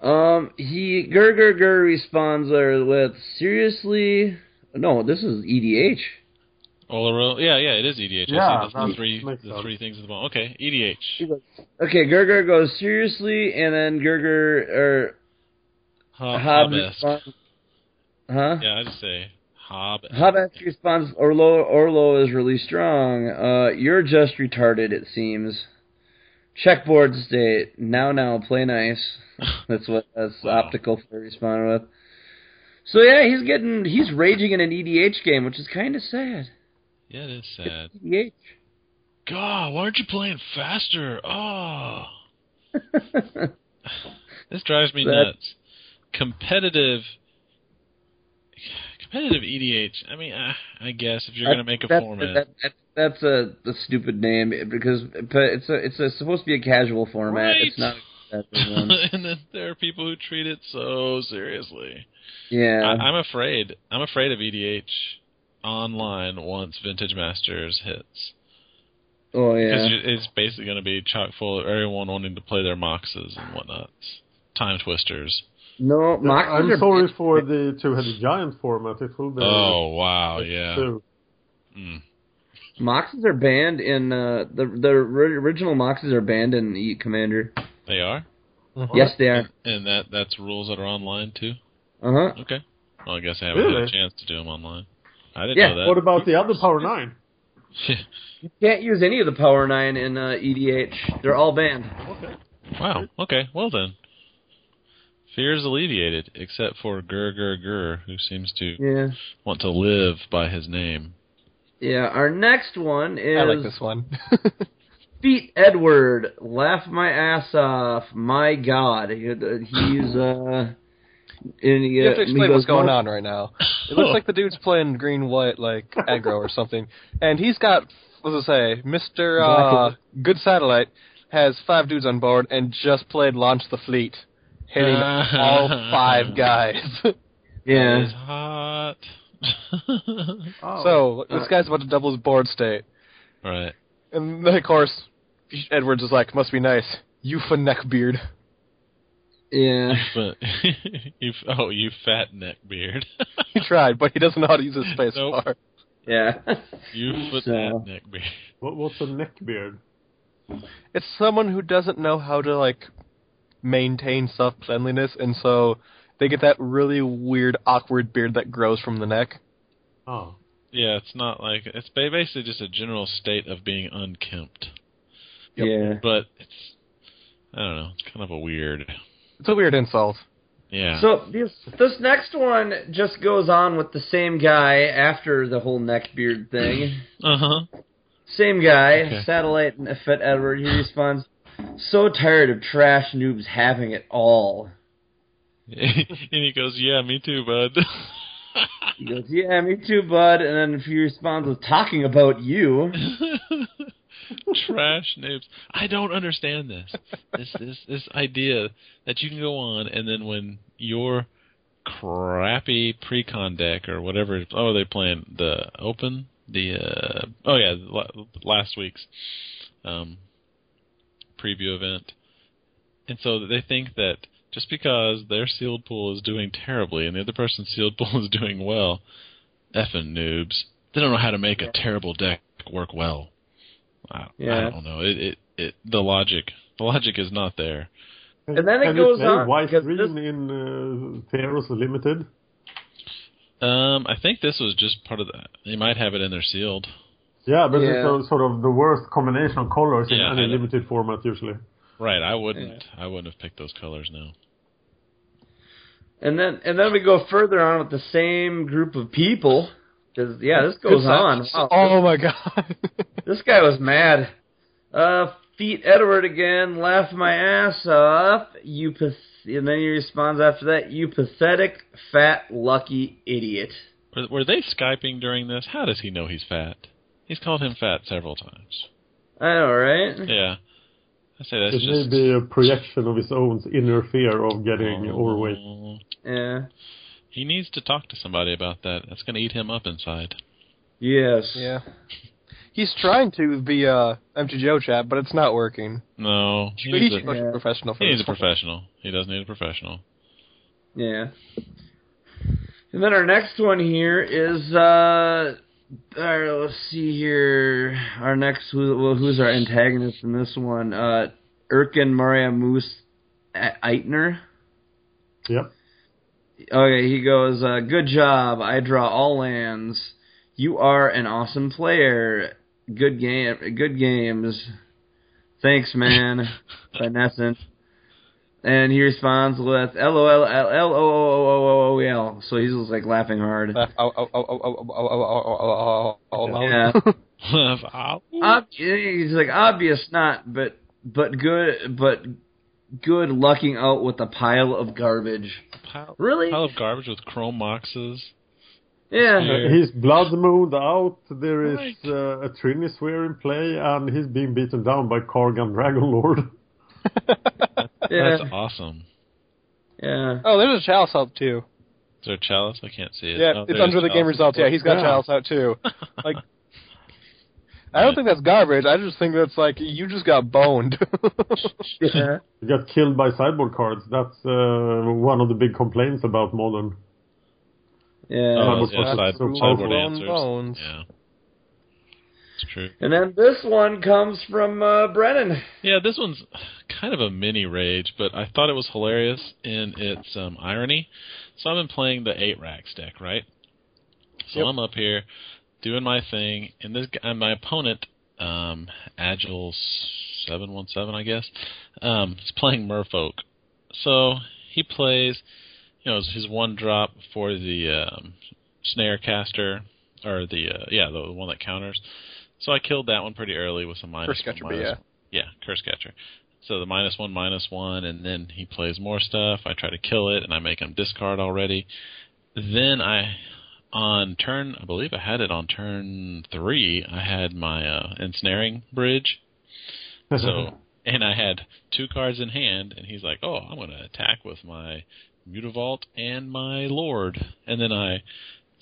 Um, he Gur Gur Gur responds there with seriously. No, this is E EDH. Olero. Yeah, yeah. It is EDH. Yeah, I see the- the that three makes the sense. three things at the bottom. Okay, E EDH. Okay, Gerger goes seriously, and then Gerger or Hob Hob, Hobbest. responds, huh? Yeah, I just say Hob. Hobbest responds, Orlo, Orlo is really strong. Uh, you're just retarded, it seems. Checkboard state. Now, now, play nice. That's what that's Wow. optical for responding with. So yeah, he's getting he's raging in an EDH game, which is kind of sad. E Yeah, it is sad. EDH. God, why aren't you playing faster? Oh, this drives me That- nuts. Competitive, competitive EDH. I mean, I, I guess if you're going to make a that's, format, that- that- that's a, a stupid name because but it's a, it's a, supposed to be a casual format. It's Right. not. a competitive one. and then there are people who treat it so seriously. yeah. I, I'm afraid. I'm afraid of EDH online once Vintage Masters hits. oh yeah. Because it's basically going to be chock full of everyone wanting to play their moxes and whatnot. Time twisters. no, mock. I'm sorry for the two-headed giant format. It will be Oh, wow, yeah. too. Mm. Moxes are banned in uh, the the ri- original Moxes are banned in E Commander. They are? Uh-huh. Yes, they are. And that that's rules that are online, too? Uh huh. Okay. Well, I guess I haven't had a Really? chance to do them online. I didn't Yeah, know What that. about the other Power Nine? Can't use any of the Power Nine in uh, EDH. They're all banned. wow, okay, well then. Fears alleviated, except for Gur Gur Gur, who seems to Yeah. want to live by his name. Yeah. Our next one is I like this one. Beat Edward. Laugh my ass off. My God. He- He's uh. In, you have to explain what's going on. on right now. It Oh. looks like the dude's playing green white like aggro or something, and he's got what's it say, Mister uh, Good Satellite has five dudes on board and just played launch the fleet, hitting all five guys. Yeah. He's hot. Oh. Oh. so this guy's about to double his board state, right. and then of course Edwards is like, "Must be nice, you for neckbeard." Yeah. But you, oh, you fat neck beard. He tried, but he doesn't know how to use his space Nope. bar. Yeah. you foot So- that neck beard. What, what's a neckbeard? It's someone who doesn't know how to like maintain self cleanliness, and so they get that really weird, awkward beard that grows from the neck. Oh, Yeah, it's not like it's ba- basically just a general state of being unkempt. Yeah. But it's I don't know, it's kind of a weird. It's a weird insult. Yeah. So this this next one just goes on with the same guy after the whole neck beard thing. uh huh. same guy, Okay. satellite and Fit Edward. He responds, "So tired of trash noobs having it all." and he goes, "Yeah, me too, bud." He goes, "Yeah, me too, bud." And then he responds with, "Talking about you." trash noobs. I don't understand this. This this this idea that you can go on and then when your crappy pre-con deck or whatever oh are they playing the open the uh oh yeah la- last week's um preview event and so they think that just because their sealed pool is doing terribly and the other person's sealed pool is doing well effing noobs they don't know how to make a terrible deck work well i, I Yeah. don't know it, it it the logic the logic is not there And then it goes on, Why because green this- in uh, Theros Limited? Um, I think this was just part of the. They might have it in their sealed. Yeah, but Yeah. it's uh, sort of the worst combination of colors Yeah, in any I know. limited format usually. Right. I wouldn't. I wouldn't have picked those colors now. And then and then we go further on with the same group of people. 'Cause, yeah, this goes on. Wow. Oh my god. This guy was mad. Uh, feet Edward again, laugh my ass off. You path- and then he responds after that, you pathetic, fat, lucky idiot. Were, were they skyping during this? How does he know he's fat? He's called him fat several times. I know, right? Yeah. I say It that's may just. be a projection of his own inner fear of getting overweight. Oh, Yeah. He needs to talk to somebody about that. That's going to eat him up inside. Yes. yeah. He's trying to be uh MTGO chat, but it's not working. No. He He needs should a, go to a professional for he needs a this. professional. He does need a professional. Yeah. And then our next one here is uh our, let's see here. Our next who, well, who's our antagonist in this one? Uh Erkin Maria Moose Eitner. Yep. Okay, he goes, uh, "Good job. I draw all lands. You are an awesome player. Good game. Good games. Thanks, man. Senescent." And he responds with "LOL LOOOOOOOL." So he's just like laughing hard. Laugh- ow, ow, ow, ow, ow, ow, ow, ow, ow, ow, ow. Yeah. Ow. Ob- he's like obvious not, but but good but good lucking out with a pile of garbage. Pile, Really? pile of garbage with chrome moxes. Yeah. Yeah. Oh He's Uh, blood mooned out. There is Right. uh, a Trinisphere in play, and he's being beaten down by Kargan Dragonlord. Yeah. That's awesome. Yeah. Oh, there's a chalice out too. Is there a chalice? I can't see it. Yeah, Oh, it's there's under the game chalice. results. Yeah, he's got Yeah. chalice out too. Like, I don't think that's garbage. I just think that's like you just got boned. Yeah. He got killed by sideboard cards. That's uh, one of the big complaints about modern. Yeah. Oh, Sideboard yeah, cards side, are so sideboard powerful. answers. uh, bones. Yeah, it's true. And then this one comes from uh, Brennan. Yeah, this one's kind of a mini rage, but I thought it was hilarious in its um, irony. So I've been playing the eight racks deck, right? So I'm up here doing my thing, and this guy, and my opponent, um, Agile seven one seven, I guess, um, is playing Merfolk. So he plays, you know, his one drop for the um, snare caster or the uh, yeah the, the one that counters. So I killed that one pretty early with some minus Curse catcher, one, but minus yeah. yeah, curse catcher. So the minus one, minus one, and then he plays more stuff. I try to kill it, and I make him discard already. Then I, on turn, I believe I had it on turn three. I had my uh, ensnaring bridge, so and I had two cards in hand, and he's like, "Oh, I'm going to attack with my Mutavault and my Lord," and then I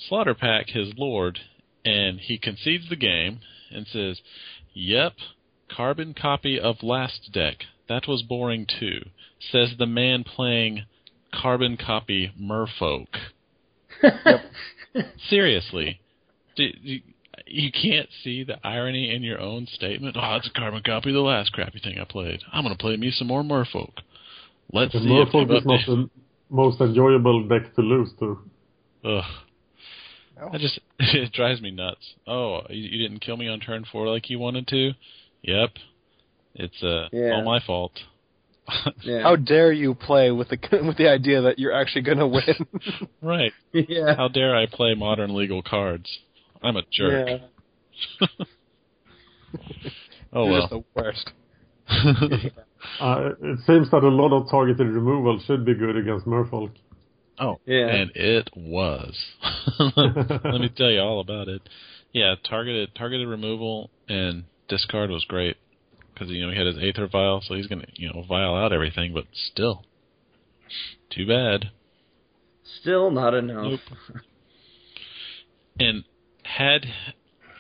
slaughter pack his Lord, and he concedes the game and says, "Yep, carbon copy of last deck. That was boring too," says the man playing carbon copy Merfolk. Seriously, do, do- you can't see the irony in your own statement. Oh, it's a carbon copy of the last crappy thing I played. I'm gonna play me some more Merfolk. Let's The see if Merfolk is not the most enjoyable deck to lose to. Ugh. Oh. I just it drives me nuts. Oh, you, you didn't kill me on turn four like you wanted to. Yep, it's uh Yeah. all my fault. Yeah. How dare you play with the with the idea that you're actually gonna win? right? yeah. How dare I play modern legal cards? I'm a jerk. Yeah. Oh You're just well. the worst. Uh, it seems that a lot of targeted removal should be good against Merfolk. Oh, Yeah. and it was. Let me tell you all about it. Yeah, targeted targeted removal and discard was great because you know he had his aether vial, so he's gonna you know vial out everything, but still, too bad. Still not enough. Nope. And had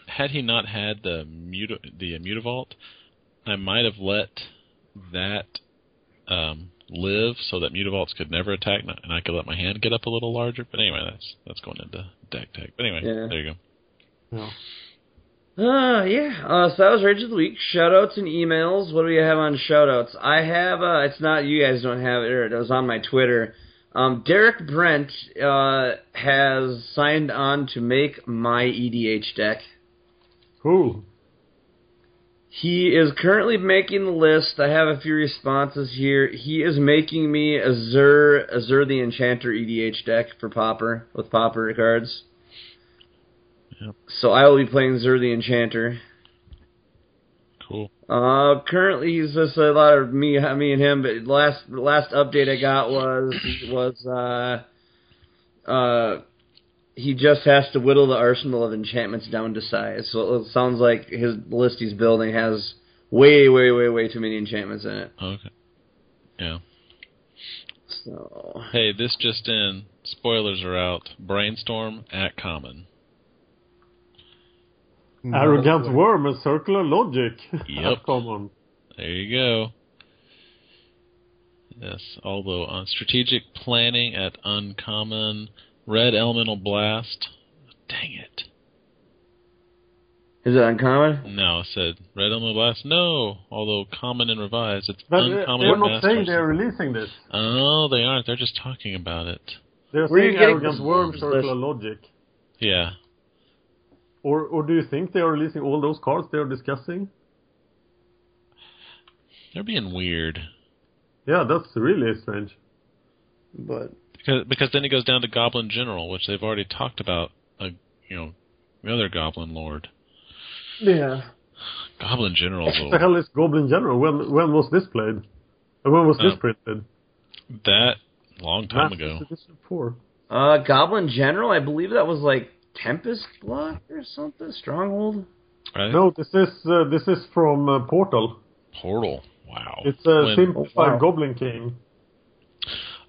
had he not had the muta, the mutavault, I might have let that um, live so that mutavaults could never attack, and I- and I could let my hand get up a little larger. But anyway, that's that's going into deck tech. But anyway, Yeah. there you go. Uh, yeah. Uh, so that was Rage of the Week. Shoutouts and emails. What do we have on shoutouts? I have, uh, it's not, you guys don't have it, or it was on my Twitter. Um, Derek Brent, uh, has signed on to make my EDH deck. Cool. He is currently making the list. I have a few responses here. He is making me Azure, Azure the Enchanter EDH deck for Popper, with Popper cards. Yep. So I will be playing Azure the Enchanter. Cool. Uh, currently he's just a lot of me, me and him. But last last update I got was was uh, uh, he just has to whittle the arsenal of enchantments down to size. So it sounds like his list he's building has way, way, way, way too many enchantments in it. Okay. So Hey, this just in. Spoilers are out. Brainstorm at common. Mm-hmm. Arrogant No way. worm, a circular logic. Yep. Common. There you go. Yes, although on strategic planning at uncommon red elemental blast. Dang it. is it uncommon? No, I said red elemental blast. No, although common and revised, it's But uh, uncommon. they're not Master saying Sword. they're releasing this. Oh, they aren't. They're just talking about it. They're Where are you saying getting arrogant this- worm, this circular list? logic. Yeah. Or or do you think they are releasing all those cards they are discussing? They're being weird. Yeah, that's really strange. But Because because then it goes down to Goblin General, which they've already talked about. A you know, the other Goblin Lord. yeah, Goblin General's What the old. hell is Goblin General? When when was this played? And when was this Uh, printed? That long time Masters ago. Edition 4. uh, Goblin General. I believe that was like Tempest Block or something, Stronghold. Right? No, this is uh, this is from uh, Portal. Portal. Wow. It's uh, a when, simplified Oh, wow. Goblin King.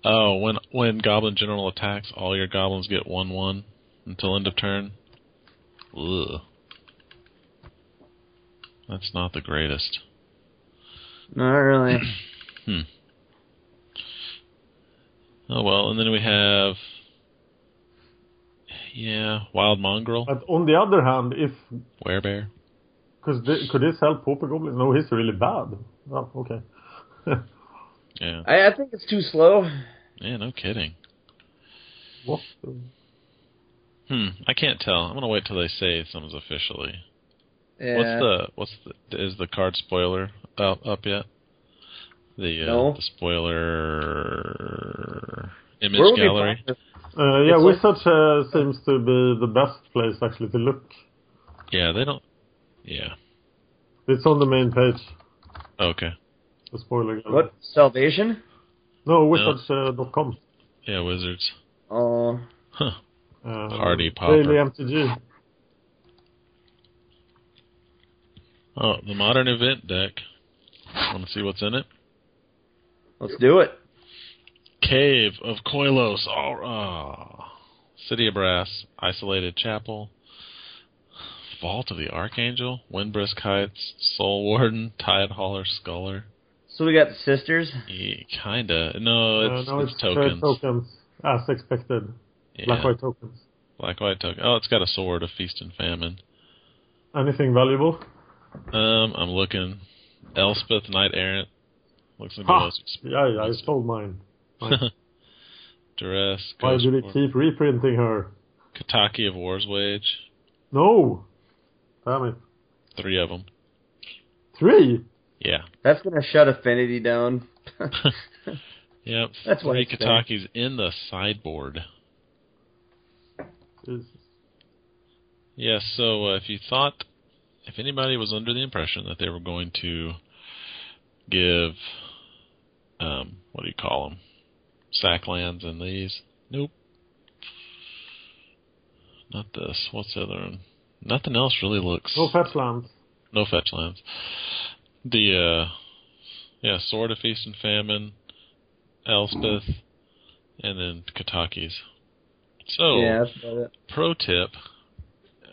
Oh, when when Goblin General attacks, all your goblins get one one until end of turn. Ugh. That's not the greatest. Not really. Oh well, and then we have yeah, Wild Mongrel, But on the other hand, if Werebear. cause thi- could this help Pauper Goblin? No, he's really bad. Oh, okay. Yeah. I, I think it's too slow. Yeah, no kidding. What? the- Hmm, I can't tell. I'm gonna wait till they say something's officially. Yeah. What's the what's the is the card spoiler up up yet? The uh, No. the spoiler image Where would we gallery. find this? Uh, yeah, It's like- Wizards uh, seems to be the best place actually to look. Yeah, they don't. Yeah. It's on the main page. Okay. The spoiler. gallery. What Salvation? No, uh, wizards.com. Yeah, wizards. Oh, Huh. Uh, Party popper. Daily MTG. Oh, the modern event deck. Want to see what's in it? let's do it. Cave of Koilos. Oh, City of Brass. Isolated Chapel. Vault of the Archangel. Windbrisk Heights. Soul Warden. Tide Hauler. Sculler. So we got the sisters. Yeah, kinda. No, Uh, it's, no, it's, it's uh, tokens. tokens, as expected. Yeah. Black white tokens. Black white token. Oh, it's got a sword of feast and famine. Anything valuable? Um, I'm looking. Elspeth, knight errant. Looks like Ha! the most Yeah, yeah, I sold mine. duress. Why Ghost do they War- keep reprinting her? Kataki of War's Wage. No! Damn it. Three of them. Three? Yeah. That's gonna shut Affinity down. Yep. That's what Three it's saying. Katakis in the sideboard. Jesus. Yeah, so uh, if you thought, if anybody was under the impression that they were going to give, um, what do you call them? Sacklands and these? Nope. Not this. What's the other one? Nothing else really looks. No fetch lands. No fetch lands. The uh, yeah, Sword of Feast and Famine, Elspeth, and then Kataki's. So Yeah, that's about it. pro tip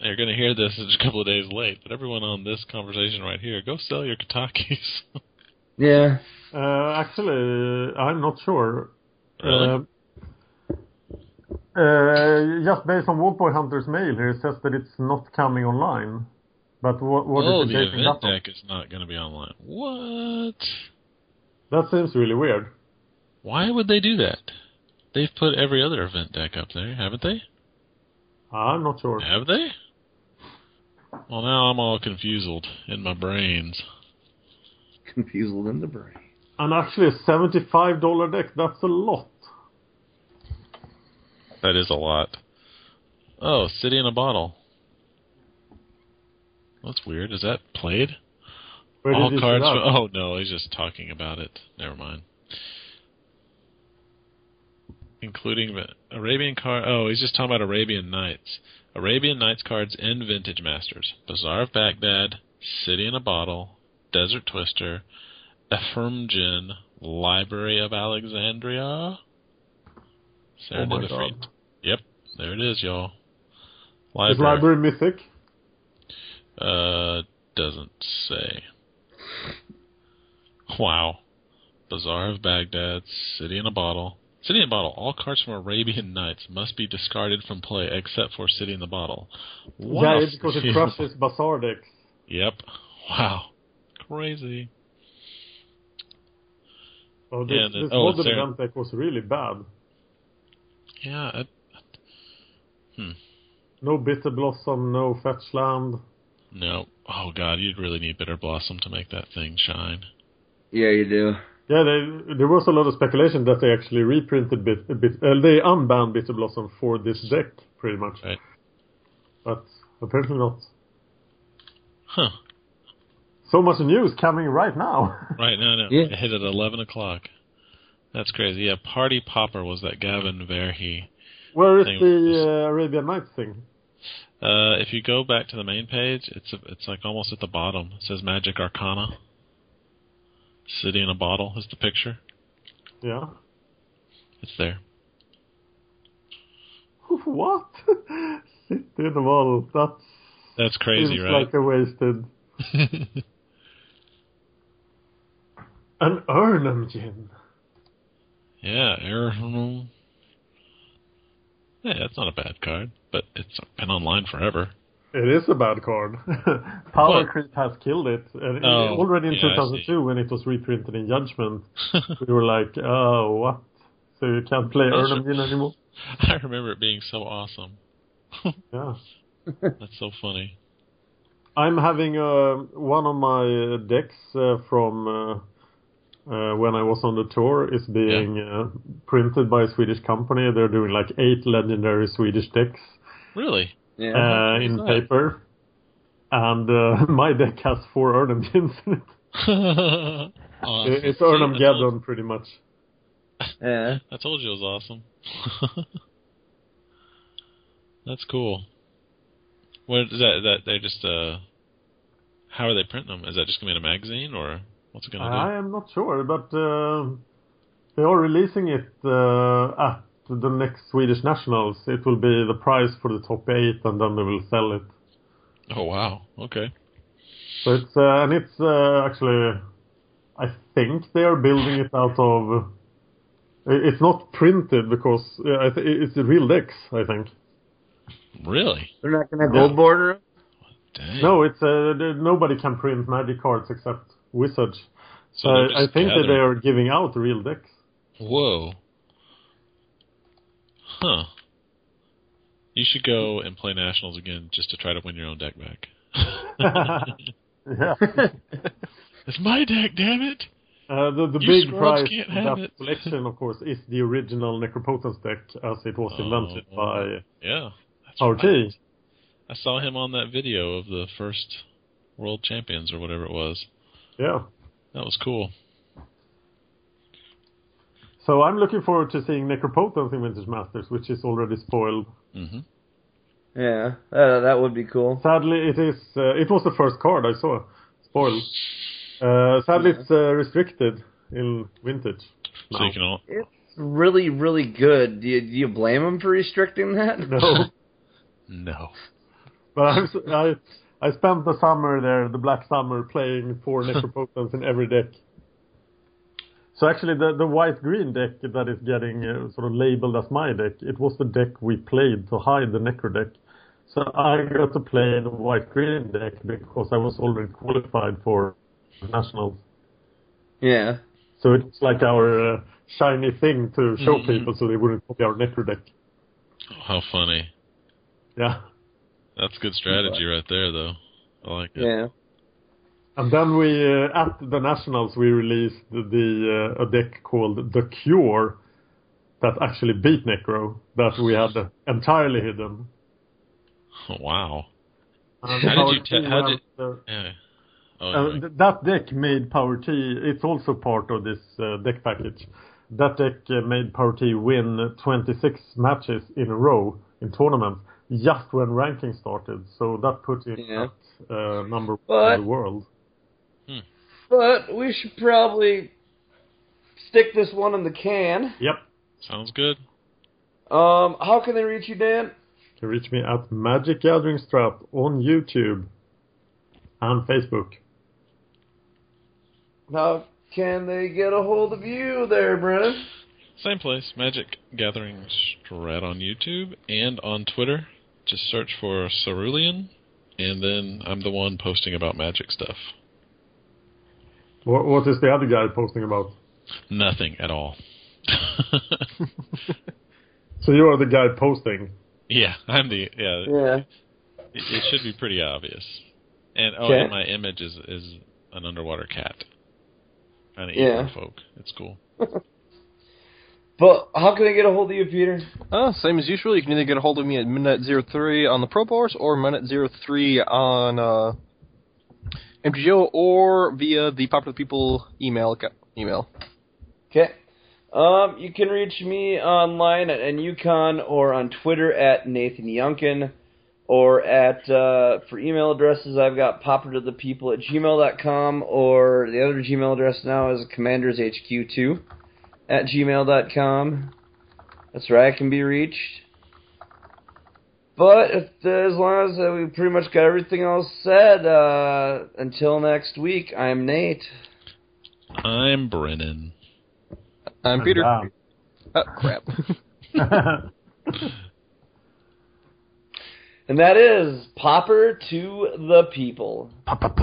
you're going to hear this it's a couple of days late but everyone on this conversation right here go sell your katakis Yeah. Uh, actually, I'm not sure. Really? Um, Uh, just based on Wolfboy Hunter's mail here, it says that it's not coming online. But what, what is oh it the basing event that on? deck is not going to be online what That seems really weird. why would they do that they've put every other event deck up there haven't they I'm not sure. have they well now i'm all confused in my brains Confused in the brain. And actually, a seventy-five dollar deck. That's a lot. that is a lot oh city in a bottle that's weird is that played Where did All you see cards. that? From, oh no, he's just talking about it. Never mind. Including the Arabian card. Oh, he's just talking about Arabian Nights. Arabian Nights cards and Vintage Masters. Bazaar of Baghdad, City in a Bottle, Desert Twister, Ephemgen, Library of Alexandria. Oh my Serendipity. god. Yep, there it is, y'all. Is library mythic? Uh, doesn't say. Wow. Bazaar of Baghdad, City in a Bottle. City in a Bottle. All cards from Arabian Nights must be discarded from play except for City in the Bottle. Wow. Yeah, it's because it crushes bazaar decks. Yep. Wow. Crazy. Oh, this, Yeah, the- this oh, modern it's there. event deck was really bad. Yeah. It, No bitter blossom, no fetch land. no. Oh God, you'd really need Bitter Blossom to make that thing shine. Yeah, you do. Yeah, they, there was a lot of speculation that they actually reprinted bit, a bit uh, they unbanned Bitter Blossom for this deck, pretty much. Right. But apparently not. Huh. So much news coming right now. Right, no, no. Yeah. It hit at 11 o'clock. That's crazy. Yeah, Party Popper was that Gavin Verhey. Where is Thing the was- uh, Arabian Nights thing? Uh, if you go back to the main page, it's it's like almost at the bottom. It says Magic Arcana. City in a bottle is the picture. Yeah. It's there. What? City in the bottle. That That's crazy, seems right? like a wasted. An Urnum Gin. yeah, Air. Yeah, that's not a bad card, but it's been online forever. It is a bad card. Power What? Creep has killed it. And Oh, already in yeah, I 2002, when it was reprinted in Judgment, we were like, oh, what? So you can't play That's Urnum Gin anymore? I remember it being so awesome. Yeah. That's so funny. I'm having uh, one of my uh, decks uh, from uh, uh, when I was on the tour is being uh, printed by a Swedish company. They're doing like eight legendary Swedish decks Really? Yeah. uh, in that? paper. And uh, my deck has four Urnum Gins in it. awesome. It- It's See, Urnum I told- Geddon, pretty much. yeah. I told you it was awesome. That's cool. What is that? That they just uh, how are they printing them? Is that just gonna be in a magazine or what's it I gonna am not sure, but uh, they are releasing it uh, at the next Swedish Nationals. It will be the prize for the top eight, and then they will sell it. do? Oh wow, okay. So it's uh, and it's uh, actually, I think they are building it out of. i- It's not printed because uh, I th- it's the real decks. I think Really? They're not gonna gold border. 'em? Dang. no, it's uh, th- nobody can print magic cards except wizards. so I, they're I just think that they gathering- are giving out real decks. Whoa. Huh. You should go and play nationals again just to try to win your own deck back. Yeah. it's my deck, damn it! Uh, the the You big scrubs prize can't of have that it. collection, of course, is the original Necropotence deck as it was invented Oh. by. Yeah. That's RT. right. I saw him on that video of the first world champions or whatever it was. Yeah. That was cool. So I'm looking forward to seeing Necropotence in Vintage Masters, which is already spoiled. hmm Yeah, uh, that would be cool. Sadly, it is. Uh, it was the first card I saw. Spoiled. Uh, sadly, it's uh, restricted in vintage. So you can all. Really, really good. Do you, do you blame him for restricting that? No, No. but I'm, s- I I spent the summer there, the Black Summer, playing four Necropotence in every deck. So actually, the the white green deck that is getting uh, sort of labeled as my deck, it was the deck we played to hide the Necro deck. So I got to play the white green deck because I was already qualified for nationals. Yeah. So it's like our uh, shiny thing to show people so they wouldn't copy our necro deck. How funny. Yeah. That's good strategy right there, though. I like it. Yeah. And then we, uh, at the Nationals, we released the uh, a deck called The Cure that actually beat Necro, that we had entirely hidden. Wow. And How did Power you T ta- how went, uh, Yeah. Oh, Uh, anyway. th- that deck made Power T. It's also part of this uh, deck package. That deck uh, made Power T win 26 matches in a row in tournaments just when ranking started. So that put it Yeah. at uh, number one But- in the world. But we should probably stick this one in the can. Yep. Sounds good. Um, how can they reach you, Dan? You can reach me at Magic Gathering Strap on YouTube and Facebook. How can they get a hold of you there, Brennan? Same place, Magic Gathering Strat on YouTube and on Twitter. Just search for Cerulean, and then I'm the one posting about magic stuff. What, what is the other guy posting about? Nothing at all. So you are the guy posting. yeah, I'm the yeah. Yeah. It, it should be pretty obvious. And oh, Okay. and my image is is an underwater cat. An Yeah. yeah. folk. It's cool. But how can they get a hold of you, Peter? Uh, same as usual. You can either get a hold of me at Midnight Zero Three on the Pro Bars or Midnight Zero Three on uh, MGO or via the Popular People email ca- email. Okay. Um, you can reach me online at NUCon or on Twitter at Nathan Yunkin or at, uh, for email addresses, I've got popper the people at gmail.com or the other Gmail address now is commandershq2 at gmail.com. That's right, I can be reached. But if, as long as uh, we pretty much got everything else said, uh, until next week, I'm Nate. I'm Brennan. I'm Peter. And, Oh crap. uh, And that is Popper to the People. Papa.